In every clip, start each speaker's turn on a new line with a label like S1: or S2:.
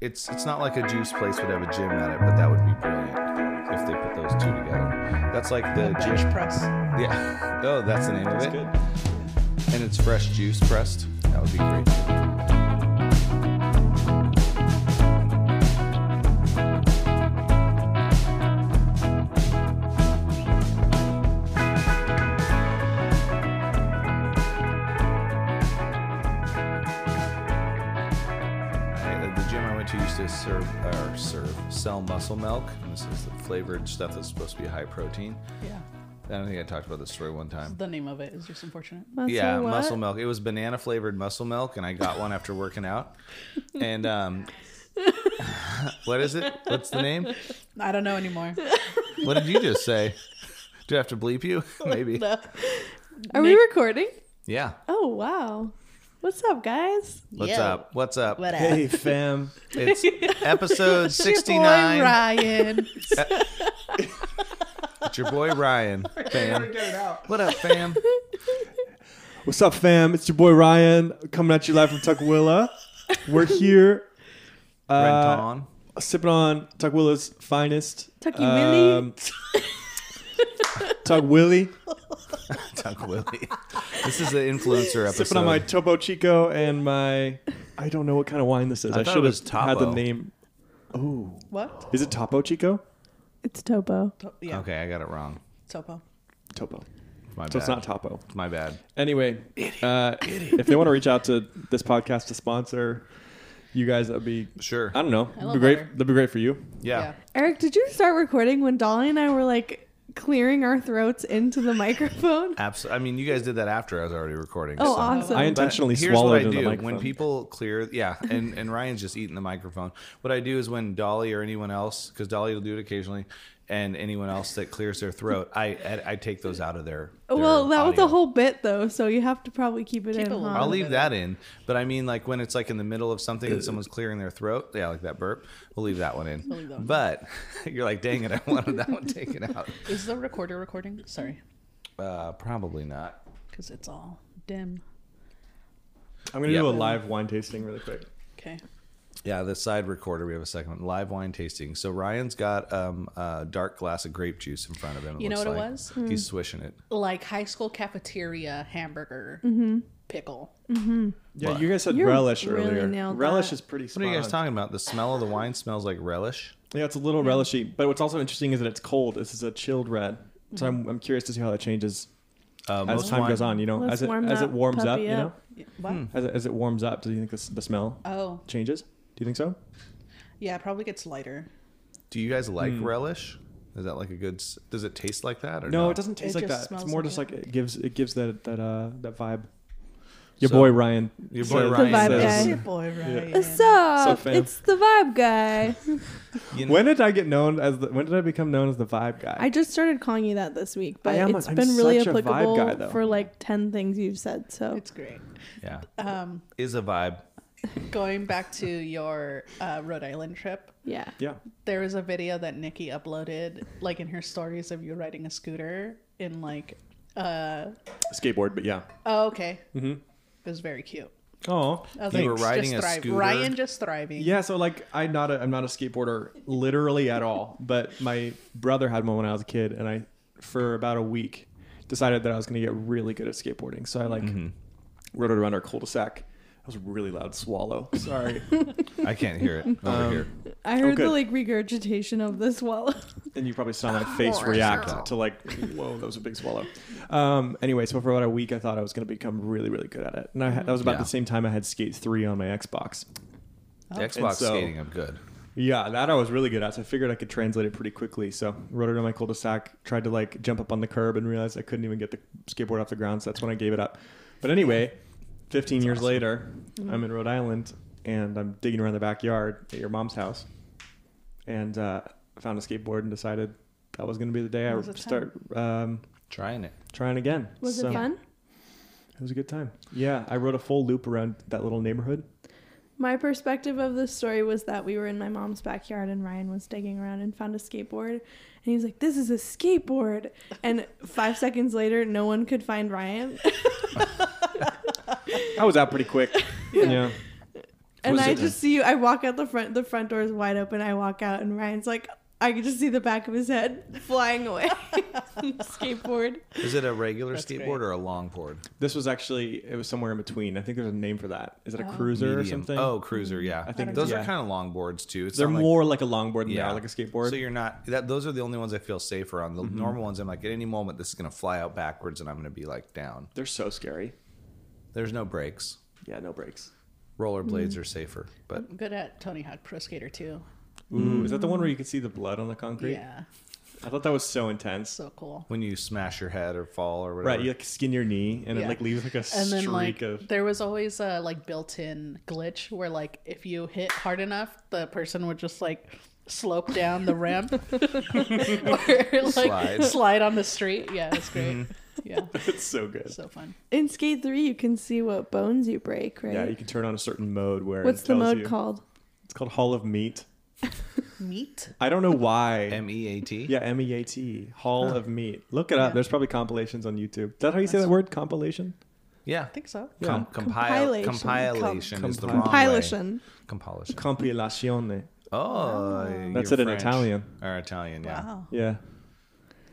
S1: it's it's not like a juice place would have a gym at it, but that would be brilliant if they put those two together. That's like the
S2: Bench
S1: juice.
S2: press.
S1: Yeah. Oh, that's the name of
S3: That's
S1: it.
S3: good.
S1: And it's fresh juice pressed. That would be great. I- The gym I went to used to serve or serve sell muscle milk, and this is the flavored stuff that's supposed to be high protein.
S2: Yeah.
S1: I don't think I talked about this story one time.
S2: The name of it is just unfortunate.
S4: Muscle
S1: yeah,
S4: what?
S1: muscle milk. It was banana flavored muscle milk, and I got one after working out. And um, what is it? What's the name?
S2: I don't know anymore.
S1: What did you just say? Do I have to bleep you? Maybe.
S2: No.
S4: Are we recording?
S1: Yeah.
S4: Oh wow. What's up, guys?
S1: What's
S2: Yo.
S1: up? What's up?
S2: What up?
S3: Hey, fam.
S1: It's episode sixty
S2: Boy,
S1: nine.
S2: Ryan.
S1: It's your boy Ryan. Fam. What up, fam?
S3: What's up, fam? It's your boy Ryan coming at you live from Tukwila. We're here uh,
S1: Renton.
S3: sipping on Tukwila's finest. Um,
S4: Tucky Willy?
S3: Tuck Willie.
S1: Tuck Willie. This is the influencer episode.
S3: Sipping on my Topo Chico and my. I don't know what kind of wine this is.
S1: I
S3: I,
S1: thought it
S3: should
S1: was
S3: have had
S1: Topo.
S3: the name.
S2: What?
S3: Is it Topo Chico?
S4: It's Topo.
S2: To- yeah.
S1: okay, I got it wrong.
S2: Topo.
S3: Topo.
S1: My bad.
S3: So it's not Topo.
S1: my bad.
S3: Anyway, uh, if they want to reach out to this podcast to sponsor you guys, that'd be
S1: Sure.
S3: I don't know.
S2: love
S3: It'd be great.
S2: butter.
S3: That'd be great for you.
S1: yeah.
S4: Eric, did you start recording when Dolly and I were like clearing our throats into the microphone?
S1: Absolutely. I mean, you guys did that after I was already recording.
S4: Oh,
S1: so-
S4: awesome.
S3: I
S1: But
S3: intentionally
S1: here's
S3: swallowed
S1: what I
S3: in
S1: do
S3: the microphone.
S1: when people clear yeah and and ryan's just eating the microphone what i do is when dolly or anyone else because dolly will do it occasionally and anyone else that clears their throat i i, I take those out of their, their
S4: well, that was
S1: audio.
S4: the whole bit though, so you have to probably keep it
S2: Keep it
S4: in. huh?
S2: low.
S1: I'll leave that in, but I mean, like when it's like in the middle of something
S3: Uh,
S1: and someone's clearing their throat, yeah, like that burp. We'll leave that one in.
S2: leave that one in.
S1: but you're like, dang it, I wanted that one taken out.
S2: Is the recorder recording? Sorry.
S1: Uh, probably not.
S2: Because it's all dim.
S3: I'm gonna
S1: Yeah.
S3: do a live wine tasting really quick.
S2: Okay.
S1: Yeah, the side recorder. We have a second one. Live wine tasting. So Ryan's got um, a dark glass of grape juice in front of him. it
S2: You know
S1: looks
S2: what it
S1: like.
S2: was? Hmm.
S1: He's swishing it.
S2: Like high school cafeteria hamburger pickle.
S3: Yeah, you guys said
S4: You
S3: relish
S4: really
S3: earlier.
S4: nailed
S3: Relish
S4: that.
S3: is pretty. Spot
S1: What are you guys
S3: on.
S1: talking about? The smell of the wine smells like relish.
S3: Yeah, it's a little relishy, but what's also interesting is that it's cold. This is a chilled red, so I'm, I'm curious to see how that changes
S1: Uh,
S3: as time goes on. You know,
S4: Let's
S3: as it
S4: warm
S3: as
S4: that
S3: it warms up,
S4: puppy
S3: you know,
S4: up.
S2: Yeah, What?
S1: Hmm.
S3: as it, as it warms up, do you think this, the smell
S2: Oh,
S3: changes? Do you think so?
S2: yeah. It probably gets lighter.
S1: Do you
S3: hmm.
S1: guys like relish? Is that like a good? s- Does it taste like that or
S3: No,
S1: not?
S3: it doesn't taste
S2: It
S3: like
S2: just
S3: that. It's
S2: smells
S3: more
S2: like
S3: just
S2: it.
S3: like it gives it gives that that uh that vibe. Your
S1: So-
S3: boy Ryan.
S1: Your boy
S3: says-
S1: Ryan
S4: vibe
S3: says-
S4: guy.
S2: boy,
S4: What's up?
S3: fam.
S4: it's the vibe guy.
S1: You know-
S3: When did I get known as the? When did I become known as the vibe guy?
S4: I just started calling you that this week, but
S3: I am-
S4: it's
S3: I'm
S4: been really
S3: such a vibe
S4: applicable
S3: guy, though.
S4: for like ten things you've said. So
S2: It's great.
S1: yeah,
S2: Um,
S1: is a vibe.
S2: going back to your uh, Rhode Island trip,
S4: yeah.
S3: yeah.
S2: there was a video that Nikki uploaded, like in her stories of you riding a scooter in like, uh,
S3: Skateboard, but yeah.
S2: oh, okay. Mm-hmm. It was very cute.
S3: Oh.
S2: I was
S1: You
S2: like,
S1: were
S2: just
S1: riding a
S2: thrive-
S1: scooter?
S2: Ryan just thriving.
S3: Yeah, so like I'm not a I'm not a skateboarder literally at all, but my brother had one when I was a kid and I for about a week decided that I was going to get really good at skateboarding. So I like rode it around our cul-de-sac. That was a really loud swallow. Sorry.
S1: I can't hear it over here.
S2: Um,
S4: I heard the
S3: Oh, good.
S4: like regurgitation of the swallow.
S3: and you probably saw my face react to like, whoa, that was a big swallow. Um, anyway, so for about a week, I thought I was going to become really, really good at it, and I had, that was about
S1: Yeah.
S3: the same time I had Skate Three on my Xbox.
S1: Xbox
S3: so-
S1: skating, I'm good.
S3: Yeah, that I was really good at, so I figured I could translate it pretty quickly. So wrote it on my cul-de-sac, tried to like jump up on the curb, and realized I couldn't even get the skateboard off the ground. So that's when I gave it up. But anyway, 15 years later, I'm in Rhode Island and I'm digging around the backyard at your mom's house, and uh, I found a skateboard and decided that was going to be the day I
S2: was the
S3: start um,
S1: Trying it.
S3: trying again.
S4: Was
S3: So
S4: it fun?
S3: It was a good time. Yeah, I rode a full loop around that little neighborhood.
S4: My perspective of this story was that we were in my mom's backyard and Ryan was digging around and found a skateboard. And he was like, This is a skateboard. And five seconds later, no one could find Ryan.
S3: I was out pretty quick. yeah.
S4: And
S1: Was
S4: I
S1: it-
S4: just see you. I walk out the front. The front door is wide open. I walk out, and Ryan's like, I can just see the back of his head flying away. Skateboard.
S1: Is it a regular
S2: That's
S1: skateboard
S2: great.
S1: or a long board?
S3: This was actually it was somewhere in between. I think there's a name for that. Is it a
S2: Oh.
S3: cruiser or
S1: Medium.
S3: something?
S1: Oh, cruiser. Yeah,
S3: I think
S1: those are
S3: it's- yeah.
S1: kind of long boards too. It's
S3: they're
S1: not like-
S3: more like a longboard than they are like a skateboard. Mm-hmm.
S1: So you're not that. Those are the only ones I feel safer on. The normal ones, I'm like, at any moment, this is gonna fly out backwards, and I'm gonna be like down.
S3: they're so scary.
S1: There's no brakes.
S3: Yeah, no brakes. Mm-hmm.
S1: Rollerblades are safer, but
S2: I'm good at Tony Hawk Pro Skater too.
S3: Ooh, is that the one where you could see the blood on the concrete?
S2: Yeah,
S3: I thought that was so intense.
S2: so cool.
S1: when you smash your head or fall or whatever,
S3: right, you like skin your knee and it
S2: Yeah.
S3: like leaves like a
S2: and
S3: streak
S2: then like
S3: of
S2: there was always a like built-in glitch where like if you hit hard enough the person would just like slope down the ramp or like
S1: Slide.
S2: slide. on the street yeah it's great yeah
S3: it's so good.
S2: so fun
S4: In Skate Three, you can see what bones you break, right?
S3: Yeah, you can turn on a certain mode where
S4: What's
S3: it
S4: the
S3: tells
S4: mode
S3: you.
S4: called?
S3: It's called Hall of Meat.
S2: meat
S3: I don't know why.
S1: M E A T.
S3: yeah, M E A T. Hall of Meat. Look it up.
S2: Yeah.
S3: There's probably compilations on YouTube. Is that how you say that word? Compilation?
S1: yeah.
S2: i think so
S3: Yeah.
S1: Com- compile-
S4: Compilation.
S1: compilation
S3: Com-
S1: is the
S3: compilation.
S1: wrong way.
S4: Compilation.
S1: Compilation.
S3: Compilazione.
S1: Oh,
S3: That's
S1: you're
S3: it in
S1: French.
S3: Italian.
S1: Or Italian, yeah.
S2: wow
S3: Yeah.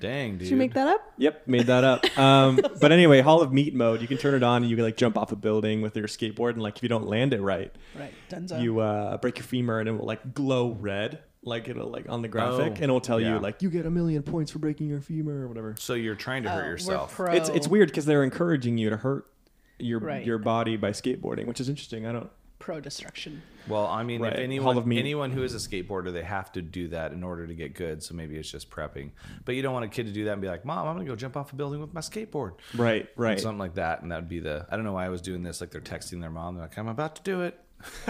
S1: Dang, dude.
S4: Did you make that up?
S3: Yep, made that up. Um, but anyway, Hall of Meat mode. You can turn it on and you can like jump off a building with your skateboard and like if you don't land it right,
S2: right dunzo
S3: you uh, break your femur and it will like glow red, like it'll like on the graphic,
S1: Oh,
S3: and it'll tell
S1: yeah.
S3: you like you get a million points for breaking your femur or whatever.
S1: So you're trying to
S2: Oh,
S1: hurt
S2: we're
S1: yourself.
S2: pro-
S3: It's it's weird because they're encouraging you to hurt your
S2: Right.
S3: your body by skateboarding, which is interesting. I don't.
S2: pro destruction
S1: well, I mean,
S3: Right.
S1: if anyone
S3: Hall of Meat.
S1: anyone who is a skateboarder, they have to do that in order to get good. So maybe it's just prepping. But you don't want a kid to do that and be like, "Mom, I'm gonna go jump off a building with my skateboard."
S3: Right, right.
S1: Something like that, and that'd be the. I don't know why I was doing this. Like they're texting their mom. They're like, "I'm about to do it."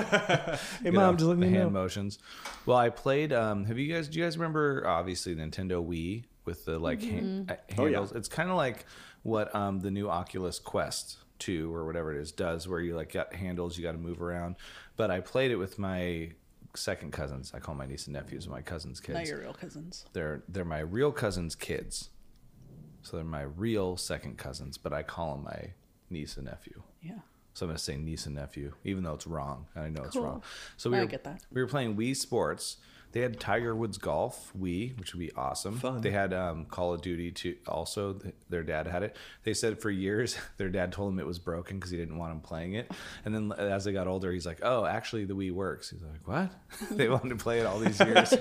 S3: hey,
S1: you
S3: mom,
S1: know,
S3: just let
S1: the
S3: me
S1: hand
S3: know.
S1: motions. Well, I played. Um, have you guys? Do you guys remember? Obviously, Nintendo Wii with the like hand, uh,
S3: Oh, yeah.
S1: handles. It's kind of like what um, the new Oculus Quest Two or whatever it is does, where you like got handles, you got to move around. But I played it with my second cousins. I call my niece and nephews my cousins' kids.
S2: not your real cousins
S1: They're they're my real cousins' kids, so they're my real second cousins. But I call them my niece and nephew.
S2: yeah
S1: So I'm gonna say niece and nephew, even though it's wrong. and I know it's
S4: Cool.
S1: wrong. So we
S2: I
S1: were,
S2: get that.
S1: We were playing Wii Sports. They had Tiger Woods Golf Wii, which would be awesome.
S3: Fun.
S1: They had um, Call of Duty too. Also, th- their dad had it. They said for years their dad told them it was broken because he didn't want him playing it. And then as they got older, he's like, "Oh, actually, the Wii works." He's like, "What?" they wanted to play it all these years.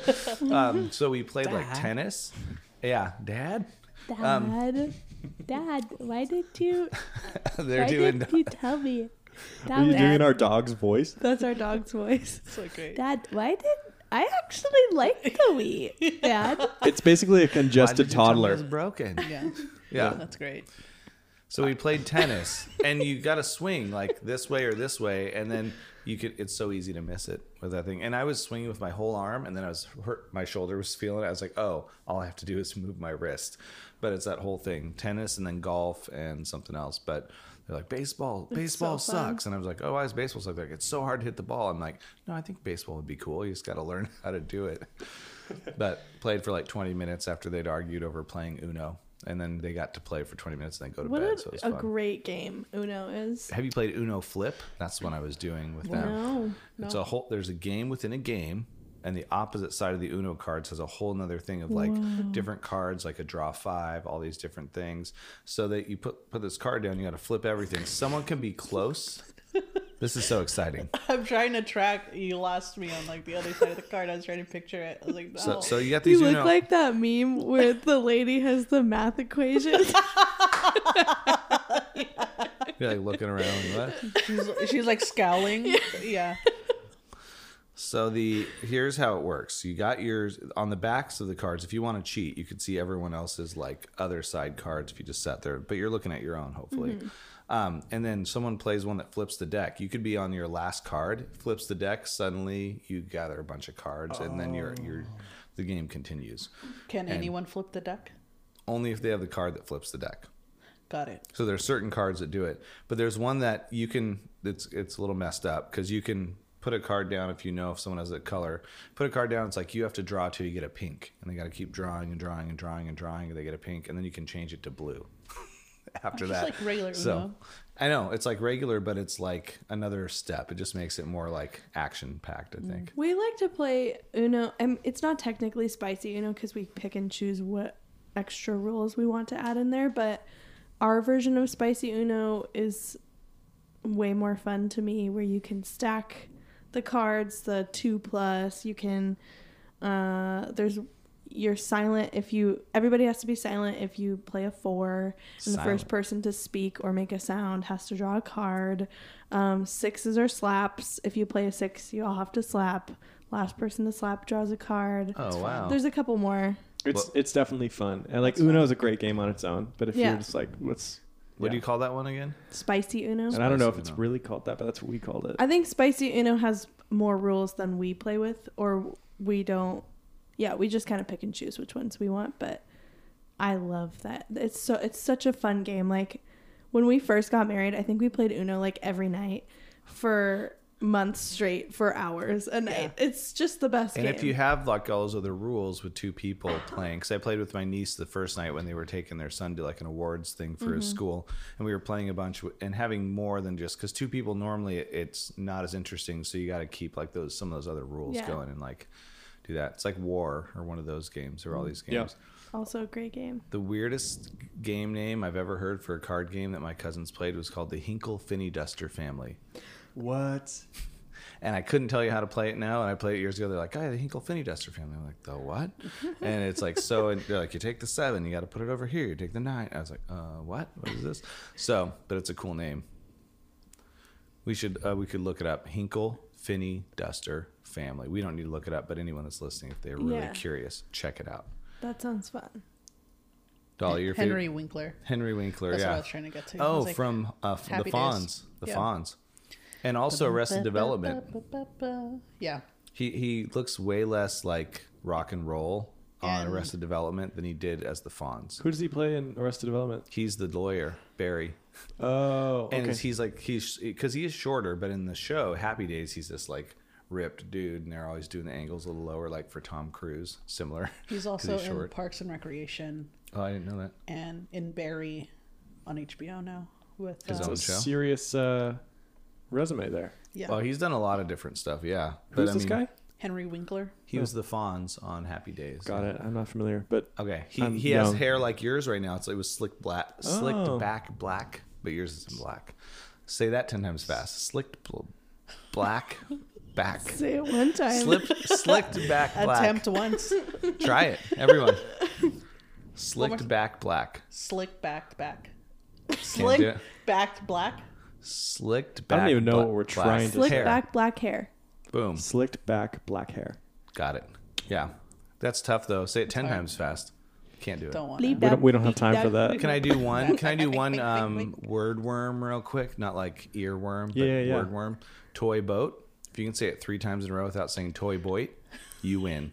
S1: um, so we played like tennis. Yeah, Dad.
S5: Dad,
S3: Um,
S5: Dad, why did you?
S1: They're
S5: Why
S1: doing.
S5: did you tell me? That
S3: Are you
S5: was-
S3: doing our dog's voice?
S4: That's our dog's voice.
S2: so great
S5: Dad, why did I actually like the Wii? Dad,
S3: It's basically a
S1: "Why did
S3: congested
S1: you tell me it was
S3: toddler.
S1: broken.
S2: yeah
S1: Yeah.
S2: that's great
S1: So we played tennis, and you got to swing like this way or this way, and then you could. It's so easy to miss it with that thing. And I was swinging with my whole arm, and then I was hurt. My shoulder was feeling. it. I was like, oh, all I have to do is move my wrist. But it's that whole thing: tennis, and then golf, and something else. But they're like, baseball, baseball
S4: so fun.
S1: sucks. And I was like, oh, why is baseball suck? They're Like, it's so hard to hit the ball. I'm like, no, I think baseball would be cool. You just got to learn how to do it. but played for like 20 minutes after they'd argued over playing Uno. And then they got to play for 20 minutes and then go to
S4: What
S1: bed.
S4: a,
S1: so it was
S4: a
S1: fun.
S4: great game Uno is.
S1: Have you played Uno Flip? That's what I was doing with them.
S4: No.
S1: It's a whole. There's a game within a game, and the opposite side of the Uno cards has a whole nother thing of like different cards, like a draw five, all these different things. So that you put put this card down, you got to flip everything. Someone can be close. this is so exciting.
S2: i'm trying to track you lost me on like the other side of the card i was trying to picture it i was like oh.
S1: So,
S2: no.
S1: so you got
S4: You
S1: these
S4: look
S1: Uno.
S4: like that meme where the lady has the math equation.
S1: you're like looking around. Like, what?
S2: she's, she's like scowling yeah.
S1: So the here's how it works. You got yours on the backs of the cards. If you want to cheat, you could see everyone else's like other side cards if you just sat there, but you're looking at your own hopefully. Um, and then someone plays one that flips the deck. You could be on your last card, flips the deck. Suddenly you gather a bunch of cards, and then your your the game continues.
S2: Can anyone flip the deck?
S1: Only if they have the card that flips the deck.
S2: Got it.
S1: So there's certain cards that do it, but there's one that you can. It's it's a little messed up because you can put a card down if you know if someone has a color. Put a card down. It's like you have to draw till you get a pink, and they got to keep drawing and drawing and drawing and drawing, and they get a pink, and then you can change it to blue. after
S2: Just
S1: that.
S2: like regular
S1: so
S2: Uno.
S1: I know it's like regular, but it's like another step. It just makes it more like action packed. I think.
S4: We like to play Uno, and it's not technically spicy Uno because we pick and choose what extra rules we want to add in there. But our version of spicy Uno is way more fun to me, where you can stack the cards, the two plus. You can uh, there's you're silent if you everybody has to be silent if you play a four and the
S1: Silent.
S4: first person to speak or make a sound has to draw a card um, sixes are slaps if you play a six you all have to slap last person to slap draws a
S2: Mm-hmm.
S4: card
S1: Oh wow.
S4: there's a couple more
S3: It's
S1: Well-
S3: it's definitely fun, and like Uno is a great game on its own. But if
S4: Yeah.
S3: you're just like, let's
S1: What do
S3: yeah.
S1: you call that one again?
S4: spicy uno
S3: And I don't know if
S1: Spicy
S3: it's
S1: Uno.
S3: really called that, but that's what we called it.
S4: i think spicy uno has more rules than we play with or we don't yeah we just kind of pick and choose which ones we want but i love that it's so it's such a fun game like when we first got married i think we played uno like every night for months straight for hours a night it's just the best
S1: And
S4: game
S1: if you have like all those other rules with two people playing, because I played with my niece the first night when they were taking their son to like an awards thing for
S4: Mm-hmm.
S1: his school, and we were playing a bunch w- and having more than just because two people normally it's not as interesting, so you got to keep like those some of those other rules
S4: Yeah.
S1: going and like do that. It's like war or one of those games
S4: Mm-hmm.
S1: or all these
S3: Yeah.
S1: games.
S4: also a great game
S1: The weirdest game name I've ever heard for a card game that my cousins played was called the Hinkle Finney Duster Family.
S3: What?
S1: And I couldn't tell you how to play it now. And I played it years ago. They're like, oh, the Hinkle Finney Duster family. I'm like, the what? and it's like, so, and they're like, you take the seven, you got to put it over here, you take the nine. I was like, uh, what? What is this? So, but it's a cool name. We should, uh, we could look it up Hinkle Finney Duster family. We don't need to look it up, but anyone that's listening, if they're really
S4: Yeah.
S1: curious, check it out.
S4: that sounds fun
S1: Dolly, your
S2: Henry
S1: favorite.
S2: Winkler.
S1: Henry Winkler,
S2: That's
S1: yeah.
S2: what I was trying to get to. I
S1: Oh,
S2: was like,
S1: from uh, f- the
S2: Happy Days.
S1: Fonz, the
S2: Yeah.
S1: Fonz, and also Arrested Development.
S2: Yeah.
S1: He he looks way less like rock and roll on
S2: And-
S1: Arrested Development than he did as the Fonz.
S3: Who does he play in Arrested Development?
S1: He's the lawyer Barry,
S3: Oh,
S1: and
S3: okay.
S1: he's like he's because he is shorter, but in the show Happy Days he's this like ripped dude, and they're always doing the angles a little lower, like for Tom Cruise, similar.
S2: He's
S1: 'cause
S2: also in Parks and Recreation
S1: Oh, I didn't know that.
S2: and in Barry on HBO now with
S1: His
S2: uh,
S1: own
S3: a
S1: show?
S3: serious uh, resume there.
S2: yeah
S1: Oh, he's done a lot of different stuff. Yeah,
S3: Who's this guy?
S2: Henry Winkler.
S1: He was the Fonz on Happy Days.
S3: Got it. I'm not familiar, but
S1: Okay, he,
S3: I'm
S1: he has
S3: young.
S1: hair like yours right now. It's it was slicked black, slicked
S3: Oh.
S1: back black, but yours is in black. Say that ten times fast. Slicked bl- black back.
S4: say it one time
S1: Slip, slicked back black.
S2: Attempt once,
S1: Try it, everyone. Slicked back black.
S2: slick backed back,
S1: Can't do
S2: slick
S1: it.
S2: backed black.
S1: Slicked
S3: I
S1: back.
S3: don't even know
S1: bla-
S3: what we're
S1: black.
S3: trying to
S4: slick
S1: Hair.
S4: back black hair
S1: Boom.
S3: slicked back black hair.
S1: Got it. Yeah, that's tough though. Say it ten times fast. Can't do it.
S2: Don't want
S4: Bleep
S2: to.
S3: We
S4: back,
S3: don't, we don't have
S4: bleep
S3: time for
S4: back.
S3: that.
S1: Can I do one? Can I do one um, word worm real quick? Not like earworm, but
S3: Yeah, yeah.
S1: word worm. Toy boat. If you can say it three times in a row without saying toy boat, you win.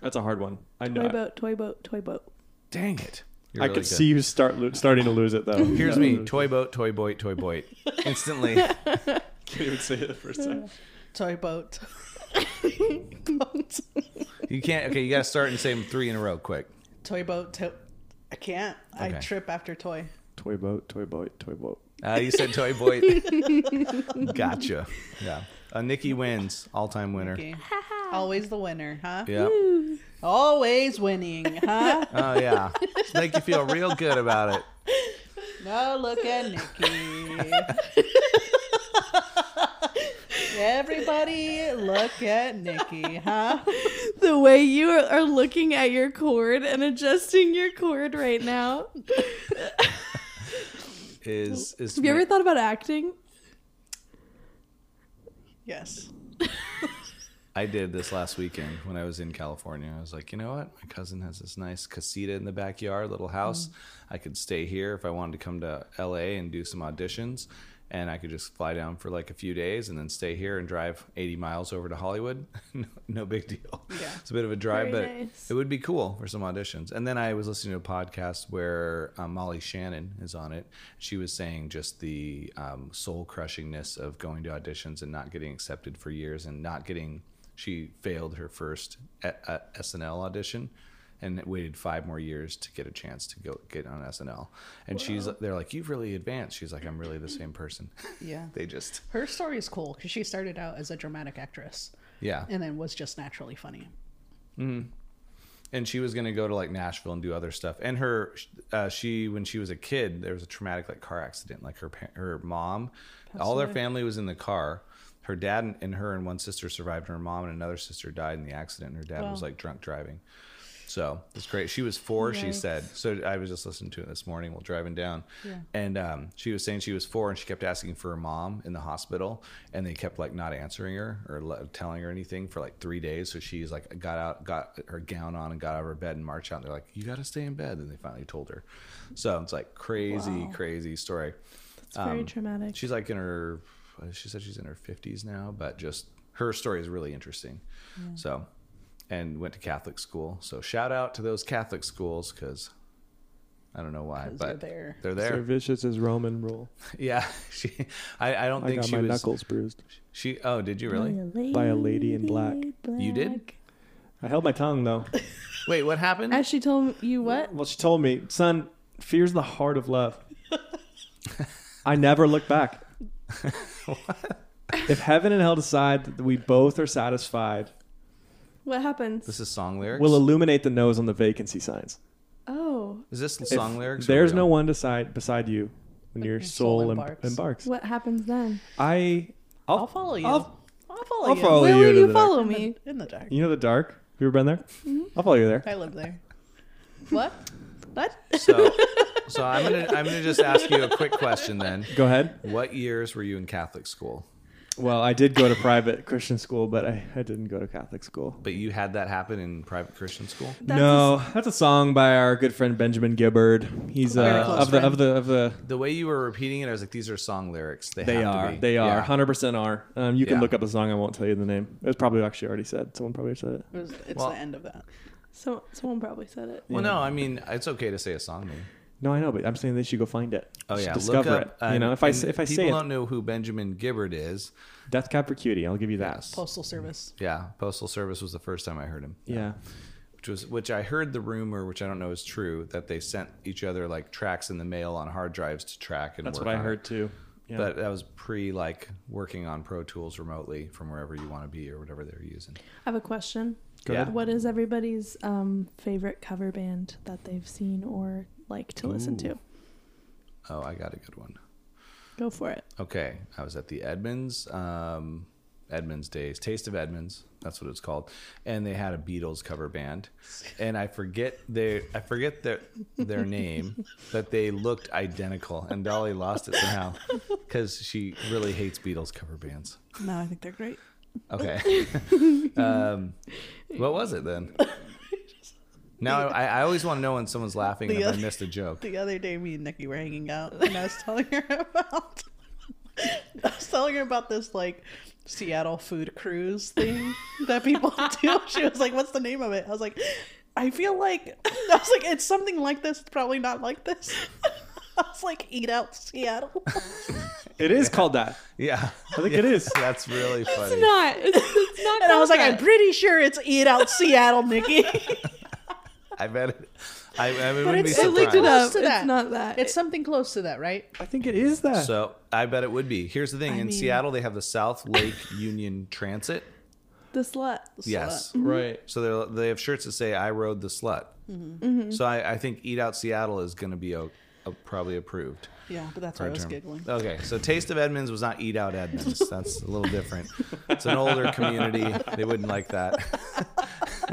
S3: That's a hard one. I know.
S4: Toy
S3: I,
S4: boat, toy boat, toy boat.
S1: Dang it! You're
S3: I
S1: really
S3: could
S1: good.
S3: see you start lo- starting to lose it though.
S1: Here's me. Toy boat. Toy boat. Toy boat. Instantly.
S3: Can't even say it the first time.
S2: Toy boat.
S1: You can't. Okay, you gotta start and say them three in a row, quick.
S2: toy boat. To- I can't. I
S1: Okay.
S2: trip after toy.
S3: Toy boat, toy boat, toy boat.
S1: Uh, you said toy boat. gotcha. Yeah. Uh, Nikki wins. All time winner.
S2: Okay. Always the winner, huh?
S1: Yeah.
S2: Always winning, huh?
S1: Oh yeah. Make you feel real good about it.
S2: No, look at Nikki. Everybody, look at Nikki, huh?
S4: The way you are are looking at your cord and adjusting your cord right now.
S1: Is is
S4: Have you ever thought about acting?
S2: Yes.
S1: I did this last weekend when I was in California. I was like, you know what? My cousin has this nice casita in the backyard, little house. I could stay here if I wanted to come to LA and do some auditions. And I could just fly down for like a few days and then stay here and drive 80 miles over to Hollywood. no, no big deal.
S2: Yeah.
S1: It's a bit of a drive,
S4: Very
S1: but
S4: nice.
S1: it would be cool for some auditions. And then I was listening to a podcast where um, Molly Shannon is on it. She was saying just the um, soul crushingness of going to auditions and not getting accepted uh, for years and not getting. She failed her first e- uh, SNL audition and waited five more years to get a chance to go get on SNL. And she's they're like, "You've really advanced." She's like, "I'm really the same person."
S2: Yeah.
S1: they just
S2: Her story is cool because she started out as a dramatic actress
S1: yeah.
S2: and then was just naturally funny.
S1: and she was going to go to like Nashville and do other stuff. And her, uh, she when she was a kid, there was a traumatic like car accident. Like her, pa- her mom, all their family was in the car. Her dad and, and her and one sister survived. and Her mom and another sister died in the accident. And her dad was like drunk driving. So it's great. She was four, she said. So I was just listening to it this morning while driving down. And um, she was saying she was four and she kept asking for her mom in the hospital. And they kept like not answering her or le- telling her anything for like three days. So she's like, got out, got her gown on and got out of her bed and marched out. And they're like, you got to stay in bed. And they finally told her. So it's like crazy, crazy story. Um,
S4: It's very traumatic.
S1: She's like in her, she said she's in her 50s now, but just her story is really interesting. So, and went to Catholic school. So, shout out to those Catholic schools because I don't know why,
S2: 'Cause
S1: but
S2: they're there.
S1: They're there.
S3: vicious as Roman rule.
S1: Yeah. She, I, I don't
S3: I,
S1: think
S3: got
S1: she
S3: my
S1: was.
S3: knuckles bruised
S1: She, oh, did you really?
S3: by a lady in black.
S1: You did?
S3: I held my tongue though.
S1: Wait, what happened?
S4: As she told you what?
S3: Well, she told me, son, fear's the heart of love. I never look back. If heaven and hell decide that we both are satisfied,
S4: What happens?
S1: this is song lyrics.
S3: we'll illuminate the nose on the vacancy signs.
S4: oh,
S1: is this
S3: If
S1: song lyrics? or
S3: There's
S1: real?
S3: no one beside beside you when your
S2: soul
S3: soul em-
S2: embarks.
S3: embarks.
S4: what happens then?
S3: I I'll,
S2: I'll follow you.
S3: I'll,
S2: I'll, follow
S3: I'll
S2: you.
S3: follow
S4: Where
S3: you.
S4: will
S3: to
S4: you
S3: the dark.
S4: follow me?
S2: In the dark.
S3: You know the dark. Have you ever been there? I'll follow you there.
S2: I live there. What? What?
S1: So, so I'm gonna, I'm gonna just ask you a quick question then.
S3: Go ahead.
S1: What years were you in Catholic school?
S3: Well, I did go to private Christian school, but I, I didn't go to Catholic school.
S1: But you had that happen in private Christian school?
S4: That's
S3: no, that's a song by our good friend Benjamin Gibbard. He's uh,
S2: Very close
S3: of the
S2: friend.
S3: of the of the.
S1: The way you were repeating it, I was like, these are song lyrics. They,
S3: They
S1: have to
S3: are.
S1: be.
S3: They are.
S1: Yeah.
S3: Hundred percent are. Um, you can
S1: Yeah.
S3: look up the song. I won't tell you the name. It was probably actually already said. Someone probably said it.
S2: It was- it's
S1: Well-
S2: the end of that.
S4: So someone probably said it.
S1: Well, no, I mean, it's okay to say a song name.
S3: No, I know, but I'm saying they should go find it.
S1: Oh
S3: Should
S1: yeah,
S3: discover
S1: Look
S3: it.
S1: up,
S3: you
S1: and-
S3: know, if I
S1: and
S3: say- if I
S1: people
S3: say it,
S1: don't know who Benjamin Gibbard is.
S3: Death Cab for Cutie. I'll give you that.
S2: Postal Service.
S1: Yeah, Postal Service was the first time I heard him.
S3: Yeah.
S1: which was which I heard the rumor, which I don't know is true, that they sent each other like tracks in the mail on hard drives to track and
S3: That's
S1: work
S3: what I
S1: on it.
S3: heard too. Yeah.
S1: But that was pre like working on Pro Tools remotely from wherever you want to be or whatever they're using.
S4: I have a question.
S3: Go
S1: yeah.
S3: ahead.
S4: What is everybody's um, favorite cover band that they've seen or like to listen to?
S1: Oh, I got a good one.
S4: Go for it.
S1: Okay, I was at the Edmonds, um, Edmonds Days, Taste of Edmonds. That's what it's called, and they had a Beatles cover band, and I forget their I forget their their name, but they looked identical, and Dolly lost it somehow because she really hates Beatles cover bands.
S2: No, I think they're great.
S1: Okay, um, what was it then? Now I, I always want to know when someone's laughing and
S2: The
S1: if I
S2: other-
S1: missed a joke.
S2: The other day, me and Nikki were hanging out, and I was telling her about. I was telling her about this like Seattle food cruise thing that people do. She was like, "What's the name of it?" I was like, "I feel like I was like it's something like this. It's probably not like this." I was like, "Eat out Seattle."
S3: it is called that.
S1: Yeah,
S3: I think it is.
S1: that's really funny.
S4: Not.
S2: And I was like, "I'm pretty sure it's Eat Out Seattle, Nikki."
S1: I bet it. I, I wouldn't be
S2: it's-
S1: surprised.
S4: I looked it
S2: Close
S4: up.
S2: to that.
S4: It's not that.
S2: it's something close to that, right?
S3: I think it is that.
S1: So I bet it would be. Here's the thing: in
S2: mean-
S1: Seattle, they have the South Lake Union Transit.
S4: the slut.
S1: Yes.
S2: Mm-hmm.
S3: right.
S1: So they they have shirts that say "I rode the slut."
S2: Mm-hmm.
S1: So I, I think "Eat Out Seattle" is going to be o o- probably approved.
S2: Yeah, but that's
S1: for
S2: why
S1: a
S2: I was
S1: term.
S2: giggling.
S1: Okay, so Taste of Edmonds was not "Eat Out Edmonds." That's a little different. It's an older community; they wouldn't like that.